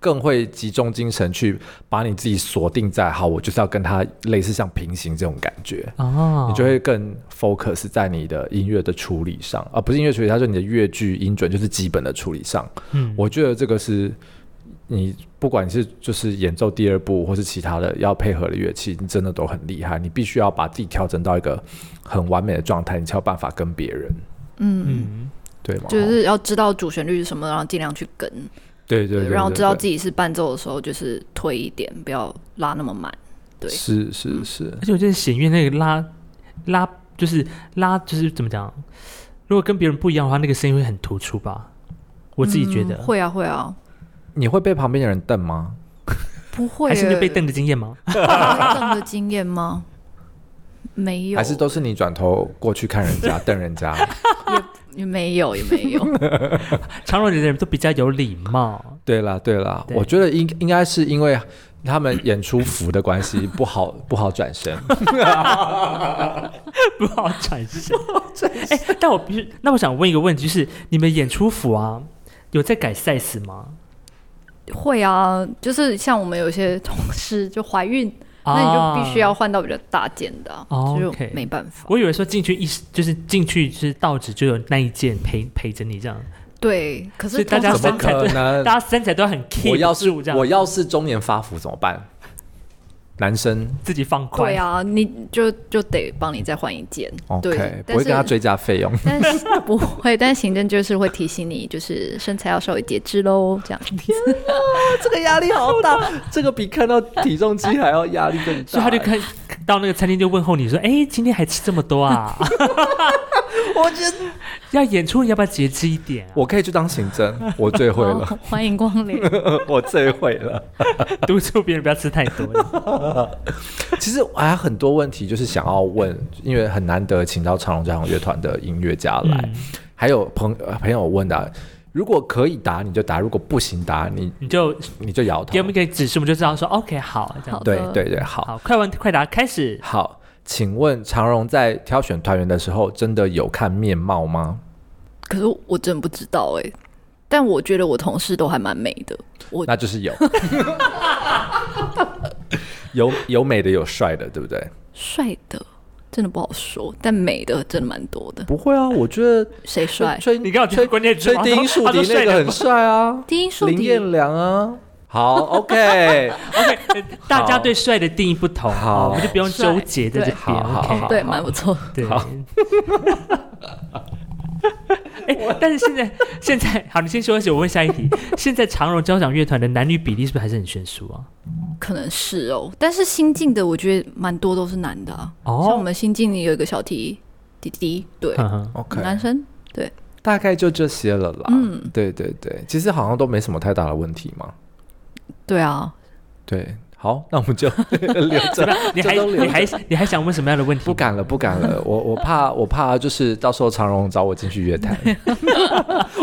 [SPEAKER 2] 更会集中精神去把你自己锁定在好，我就是要跟他类似像平行这种感觉，
[SPEAKER 3] 嗯
[SPEAKER 1] 哦，
[SPEAKER 2] 你就会更 focus 在你的音乐的处理上，啊而、不是音乐处理，它就是你的乐句音准，就是基本的处理上。
[SPEAKER 1] 嗯
[SPEAKER 2] 我觉得这个是你不管是就是演奏第二部或是其他的要配合的乐器，你真的都很厉害。你必须要把自己调整到一个很完美的状态，你才有办法跟别人，
[SPEAKER 1] 嗯
[SPEAKER 2] 对吗？哦
[SPEAKER 3] 就是要知道主旋律是什么，然后尽量去跟，
[SPEAKER 2] 对对对，
[SPEAKER 3] 然后
[SPEAKER 2] 对
[SPEAKER 3] 知道
[SPEAKER 2] 对
[SPEAKER 3] 自己是伴奏的时候，就是推一点，不要拉那么满。对
[SPEAKER 2] 是是是，
[SPEAKER 1] 而且我觉得弦乐那个拉拉就是拉就是怎么讲？如果跟别人不一样的话，那个声音会很突出吧？我自己觉得，
[SPEAKER 3] 嗯会啊会啊，
[SPEAKER 2] 你会被旁边的人瞪吗？
[SPEAKER 3] 不会
[SPEAKER 1] 还是你
[SPEAKER 3] 耶
[SPEAKER 1] 有被瞪的经验吗？
[SPEAKER 3] 会被瞪的经验吗？没有，
[SPEAKER 2] 还是都是你转头过去看人 家瞪人家？
[SPEAKER 3] 也没有也 没有。
[SPEAKER 1] 长荣人的人都比较有礼 貌，
[SPEAKER 2] 对啦对啦，
[SPEAKER 1] 对
[SPEAKER 2] 我觉得应应该是因为他们演出服的关系，不好不好转身。
[SPEAKER 1] 不好展示。哎、但我必须，那我想问一个问题，就是你们演出服啊，有在改 size 吗？
[SPEAKER 3] 会啊，就是像我们有些同事就怀孕，那你就必须要换到比较大件的、啊，
[SPEAKER 1] 哦
[SPEAKER 3] 就
[SPEAKER 1] OK
[SPEAKER 3] 没办法。
[SPEAKER 1] 我以为说进去一就是进去是到址就有那一件陪陪着你这样，
[SPEAKER 3] 对，可
[SPEAKER 1] 所
[SPEAKER 3] 是
[SPEAKER 1] 以大
[SPEAKER 3] 通
[SPEAKER 1] 家
[SPEAKER 3] 常
[SPEAKER 2] 怎么可能？
[SPEAKER 1] 大家身材都很 keep
[SPEAKER 2] 呃我要是
[SPEAKER 1] 住这样，
[SPEAKER 2] 我要是中年发福怎么办？男生
[SPEAKER 1] 自己放宽。
[SPEAKER 3] 对啊，你就就得帮你再换一件。
[SPEAKER 2] 哦 OK，
[SPEAKER 3] 对，
[SPEAKER 2] 不会跟他
[SPEAKER 3] 但是
[SPEAKER 2] 追加费用。
[SPEAKER 3] 但是不会， 但行政就是会提醒你，就是身材要稍微节制喽，这样。
[SPEAKER 2] 这个压力好 大， 这个比看到体重机还要压力更 大。欸
[SPEAKER 1] 所以他就看到那个餐厅就问候你说：“哎、今天还吃这么多啊？”
[SPEAKER 2] 我觉得
[SPEAKER 1] 要演出你要不要节制一点、啊？
[SPEAKER 2] 我可以去当行政，我最会了，
[SPEAKER 3] 好，欢迎光 临。
[SPEAKER 2] 我最会了。
[SPEAKER 1] 督促别人不要吃太多。
[SPEAKER 2] 其实我还有很多问题，就是想要问，因为很难得请到长隆交响乐团的音乐家来，
[SPEAKER 1] 嗯
[SPEAKER 2] 还有朋呃朋友问的、如果可以答你就答，如果不行答你
[SPEAKER 1] 你就
[SPEAKER 2] 你就摇头
[SPEAKER 1] 给我。们一个指示，我们就知道说 OK 好这样。
[SPEAKER 3] 好
[SPEAKER 2] 对
[SPEAKER 3] 的
[SPEAKER 2] 对对，好
[SPEAKER 1] 好，快问快答开始。
[SPEAKER 2] 好，请问长荣在挑选团员的时候，真的有看面貌吗？
[SPEAKER 3] 可是我真不知道哎、但我觉得我同事都还蛮美的。我
[SPEAKER 2] 那就是有， 有有美的，有帅的，对不对？
[SPEAKER 3] 帅的真的不好说，但美的真的蛮多的。
[SPEAKER 2] 不会啊，我觉得
[SPEAKER 3] 谁帅？
[SPEAKER 2] 崔
[SPEAKER 1] 你刚好听
[SPEAKER 2] 崔
[SPEAKER 1] 关键字
[SPEAKER 2] 崔
[SPEAKER 1] 吗
[SPEAKER 2] 丁树迪那个很帅啊，
[SPEAKER 3] 丁树
[SPEAKER 2] 林
[SPEAKER 3] 迪
[SPEAKER 2] 彦良啊。好，OK，
[SPEAKER 1] OK，大呃家对帅的定义不同，哦
[SPEAKER 2] 好
[SPEAKER 1] 我们就不用纠结在这边。
[SPEAKER 2] 好好
[SPEAKER 1] OK
[SPEAKER 2] 好
[SPEAKER 3] 对，蛮不错。
[SPEAKER 1] 对
[SPEAKER 2] 好。
[SPEAKER 1] 哎、但是现在现在好，你先休息，我问下一题。现在长荣交响乐团的男女比例是不是还是很悬殊啊？
[SPEAKER 3] 可能是哦，但是新进的我觉得蛮多都是男的啊。
[SPEAKER 1] 哦
[SPEAKER 3] 像我们新进的有一个小提弟弟，对，
[SPEAKER 1] 哼哼
[SPEAKER 2] 嗯 OK，
[SPEAKER 3] 男生，对，
[SPEAKER 2] 大概就这些了啦。嗯
[SPEAKER 3] 嗯，
[SPEAKER 2] 对对对，其实好像都没什么太大的问题嘛。
[SPEAKER 3] 对啊，
[SPEAKER 2] 对，好，那我们就 留着。
[SPEAKER 1] 你还
[SPEAKER 2] 这都留着
[SPEAKER 1] 你还你还想问什么样的问题？
[SPEAKER 2] 不敢了，不敢 了，我我怕，我怕就是到时候长荣找我进去 乐坛，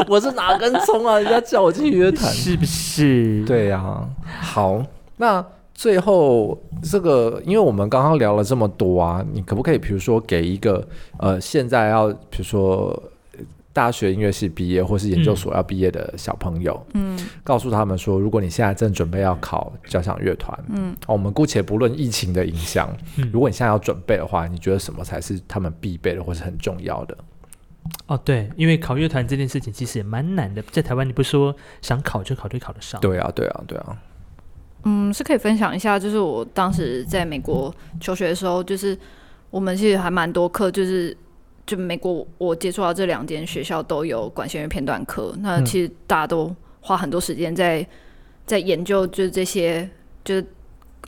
[SPEAKER 2] 我是哪根葱啊？人家叫我进去乐坛，
[SPEAKER 1] 是不是？，
[SPEAKER 2] 对呀、好，那最后这个，因为我们刚刚聊了这么多啊，你可不可以比如说给一个呃，现在要比如说呃大学音乐系毕业或是研究所要毕业的小朋友，
[SPEAKER 3] 嗯，
[SPEAKER 2] 告诉他们说，如果你现在正准备要考交响乐团，嗯、哦，我们姑且不论疫情的影响，
[SPEAKER 1] 嗯
[SPEAKER 2] 如果你现在要准备的话，你觉得什么才是他们必备的或是很重要的？
[SPEAKER 1] 哦对，因为考乐团这件事情其实也蛮难的，在台湾你不说想考就考就考得上。
[SPEAKER 2] 对啊，对啊，对啊，
[SPEAKER 3] 嗯，是可以分享一下，就是我当时在美国求学的时候，就是我们其实还蛮多课，就是就美国我接触到这两间学校都有管弦乐片段课，那
[SPEAKER 2] 嗯
[SPEAKER 3] 其实大家都花很多时间在在研究，就是这些就是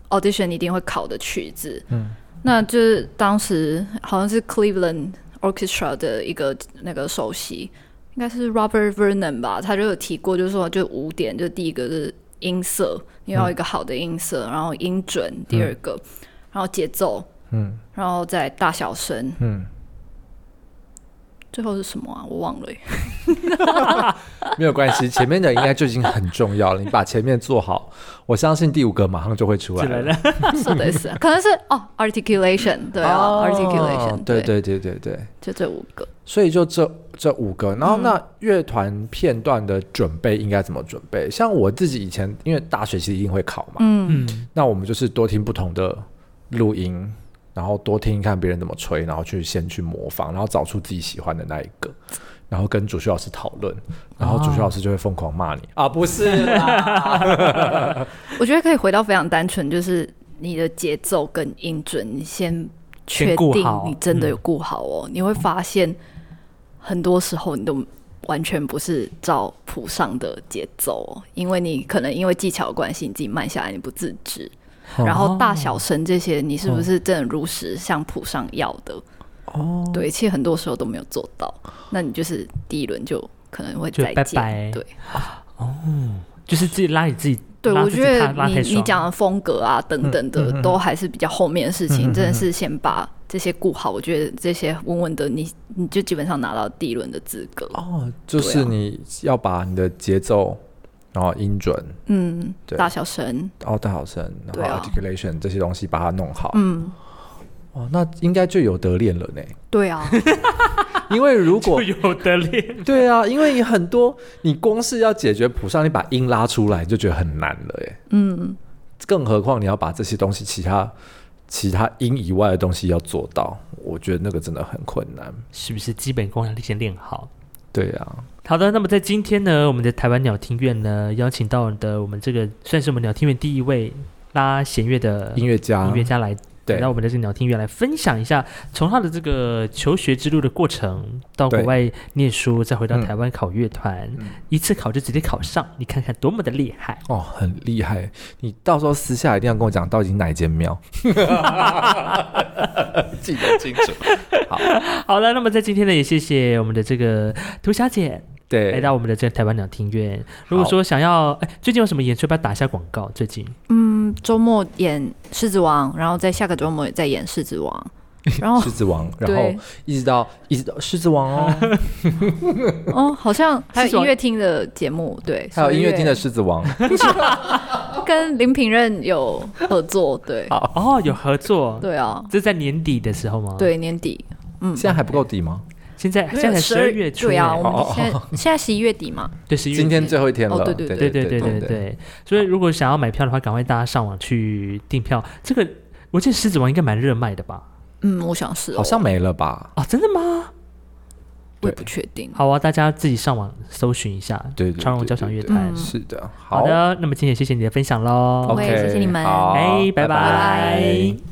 [SPEAKER 3] audition 一定会考的曲子，
[SPEAKER 2] 嗯，
[SPEAKER 3] 那就是当时好像是 Cleveland Orchestra 的一个那个首席，应该是 Robert Vernon 吧，他就有提过，就是说就五点，就第一个是音色，你要有一个好的音色，然后音准，第二个，然后节奏，
[SPEAKER 2] 嗯
[SPEAKER 3] 然后再大小声，
[SPEAKER 2] 嗯，
[SPEAKER 3] 最后是什么啊？我忘了耶。
[SPEAKER 2] 没有关系，前面的应该就已经很重要了。你把前面做好，我相信第五个马上就会出来
[SPEAKER 1] 起来
[SPEAKER 2] 了。
[SPEAKER 1] 了，
[SPEAKER 3] 是的，是的，可能是哦，articulation，对啊、
[SPEAKER 2] 哦
[SPEAKER 3] a r t i c u l a t i o n
[SPEAKER 2] 对，对对对对，
[SPEAKER 3] 就这五个。
[SPEAKER 2] 所以就这这五个。
[SPEAKER 3] 嗯
[SPEAKER 2] 然后那乐团片段的准备应该怎么准备？像我自己以前，因为大学其实一定会考嘛，
[SPEAKER 3] 嗯，
[SPEAKER 1] 嗯，
[SPEAKER 2] 那我们就是多听不同的录音，然后多听看别人怎么吹，然后去先去模仿，然后找出自己喜欢的那一个，然后跟主修老师讨论，然后主修老师就会疯狂骂你、啊，不是啦，
[SPEAKER 3] 我觉得可以回到非常单纯，就是你的节奏跟音准，你先确
[SPEAKER 1] 先顾
[SPEAKER 3] 定
[SPEAKER 1] 好
[SPEAKER 3] 你真的有顾好
[SPEAKER 1] 嗯
[SPEAKER 3] 哦。你会发现，很多时候你都完全不是照谱上的节奏、哦，因为你可能因为技巧的关系，你自己慢下来，你不自知。
[SPEAKER 1] 哦
[SPEAKER 3] 然后大小声这些，你是不是真的如实像谱上要的？
[SPEAKER 2] 哦，
[SPEAKER 3] 对，其实很多时候都没有做到。那你就是第一轮就可能会
[SPEAKER 1] 就
[SPEAKER 3] 再见，
[SPEAKER 1] 拜拜
[SPEAKER 3] 对。
[SPEAKER 1] 就是自己拉你自己，
[SPEAKER 3] 对，
[SPEAKER 1] 拉
[SPEAKER 3] 我
[SPEAKER 1] 自己
[SPEAKER 3] 觉得
[SPEAKER 1] 怕拉
[SPEAKER 3] 你
[SPEAKER 1] 太
[SPEAKER 3] 你
[SPEAKER 1] 爽嗯
[SPEAKER 3] 讲的风格啊等等的，都还是比较后面的事情，真的是先把这些顾好。我觉得这些稳稳的，你你就基本上拿到第一轮的资格。
[SPEAKER 2] 哦，就
[SPEAKER 3] 对啊
[SPEAKER 2] 是你要把你的节奏，然后音准，
[SPEAKER 3] 嗯，
[SPEAKER 2] 对
[SPEAKER 3] 大小神，
[SPEAKER 2] 然后大小声，
[SPEAKER 3] 对
[SPEAKER 2] 然后
[SPEAKER 3] 啊
[SPEAKER 2] articulation 这些东西把它弄好，
[SPEAKER 3] 嗯，
[SPEAKER 2] 哦，那应该就有得练了呢。
[SPEAKER 3] 对啊，
[SPEAKER 2] 因为如果
[SPEAKER 1] 就有的练。
[SPEAKER 2] 对啊，因为你很多，你光是要解决谱上，你把音拉出来你就觉得很难了，哎，
[SPEAKER 3] 嗯，
[SPEAKER 2] 更何况你要把这些东西其他其他音以外的东西要做到，我觉得那个真的很困难。
[SPEAKER 1] 是不是基本功要先练好？
[SPEAKER 2] 对啊，
[SPEAKER 1] 好的，那么在今天呢，我们的台湾鸟听院呢，邀请到的我们这个算是我们鸟听院第一位拉弦乐的
[SPEAKER 2] 音乐家，
[SPEAKER 1] 嗯音乐家来，
[SPEAKER 2] 对
[SPEAKER 1] 来，我们的这个鸟听院来分享一下，从他的这个求学之路的过程，到国
[SPEAKER 2] 对
[SPEAKER 1] 外念书，再回到
[SPEAKER 2] 嗯
[SPEAKER 1] 台湾考乐团，
[SPEAKER 2] 嗯
[SPEAKER 1] 一次考就直接考上，你看看多么的厉害！
[SPEAKER 2] 哦，很厉害。你到时候私下一定要跟我讲，到底是哪一 间庙？记得清楚。
[SPEAKER 1] 好了，那么在今天呢，也谢谢我们的这个涂小姐来
[SPEAKER 2] 对，
[SPEAKER 1] 到我们的这个台湾鸟听院。如果
[SPEAKER 2] 好
[SPEAKER 1] 说想要，哎，最近有什么演出？要不要打一下广告？最近
[SPEAKER 3] 嗯，周末演《狮子王》，然后在下个周末也在演《狮子王》， 然后
[SPEAKER 2] 狮子王，然后
[SPEAKER 3] 对
[SPEAKER 2] 一直到一直到狮子王
[SPEAKER 1] 啊
[SPEAKER 2] 哦，
[SPEAKER 3] 哦，好像还
[SPEAKER 1] 狮子
[SPEAKER 3] 有
[SPEAKER 1] 王
[SPEAKER 3] 音乐厅的节目，对，
[SPEAKER 2] 还有音乐厅的
[SPEAKER 3] 十
[SPEAKER 2] 狮子王，
[SPEAKER 3] 月跟林品任有合作， 对，
[SPEAKER 1] 哦，有合作，
[SPEAKER 3] 对啊，
[SPEAKER 1] 这是在年底的时候吗？，
[SPEAKER 3] 对，年底，嗯，
[SPEAKER 2] 现在还不够 底吗？
[SPEAKER 1] 现在哎现在才十二月初
[SPEAKER 3] 对啊，
[SPEAKER 1] 哎，
[SPEAKER 3] 我
[SPEAKER 2] 哦
[SPEAKER 3] 们现在现在十一月底嘛，
[SPEAKER 1] 对，十一月
[SPEAKER 2] 今天最后一天了，
[SPEAKER 3] 哦对对
[SPEAKER 1] 对
[SPEAKER 2] 对
[SPEAKER 1] 对对对对对，所以如果想要买票的话，赶快大家上网去订票。这个我记得狮子王应该蛮热卖的吧？
[SPEAKER 3] 嗯，我想是、哦，
[SPEAKER 2] 好像没了吧？
[SPEAKER 1] 啊，真的吗？
[SPEAKER 3] 我也不确定，
[SPEAKER 1] 好啊，大家自己上网搜寻一下。
[SPEAKER 2] 对，对
[SPEAKER 1] 长荣
[SPEAKER 2] 对
[SPEAKER 1] 交响乐
[SPEAKER 2] 对
[SPEAKER 1] 团。
[SPEAKER 3] 嗯
[SPEAKER 2] 是的，
[SPEAKER 1] 好的，那么今天也谢谢你的分享喽。哎
[SPEAKER 3] 我也
[SPEAKER 2] OK，
[SPEAKER 3] 谢谢你们
[SPEAKER 2] 好
[SPEAKER 1] 哎，拜
[SPEAKER 2] 拜
[SPEAKER 3] 拜
[SPEAKER 1] 拜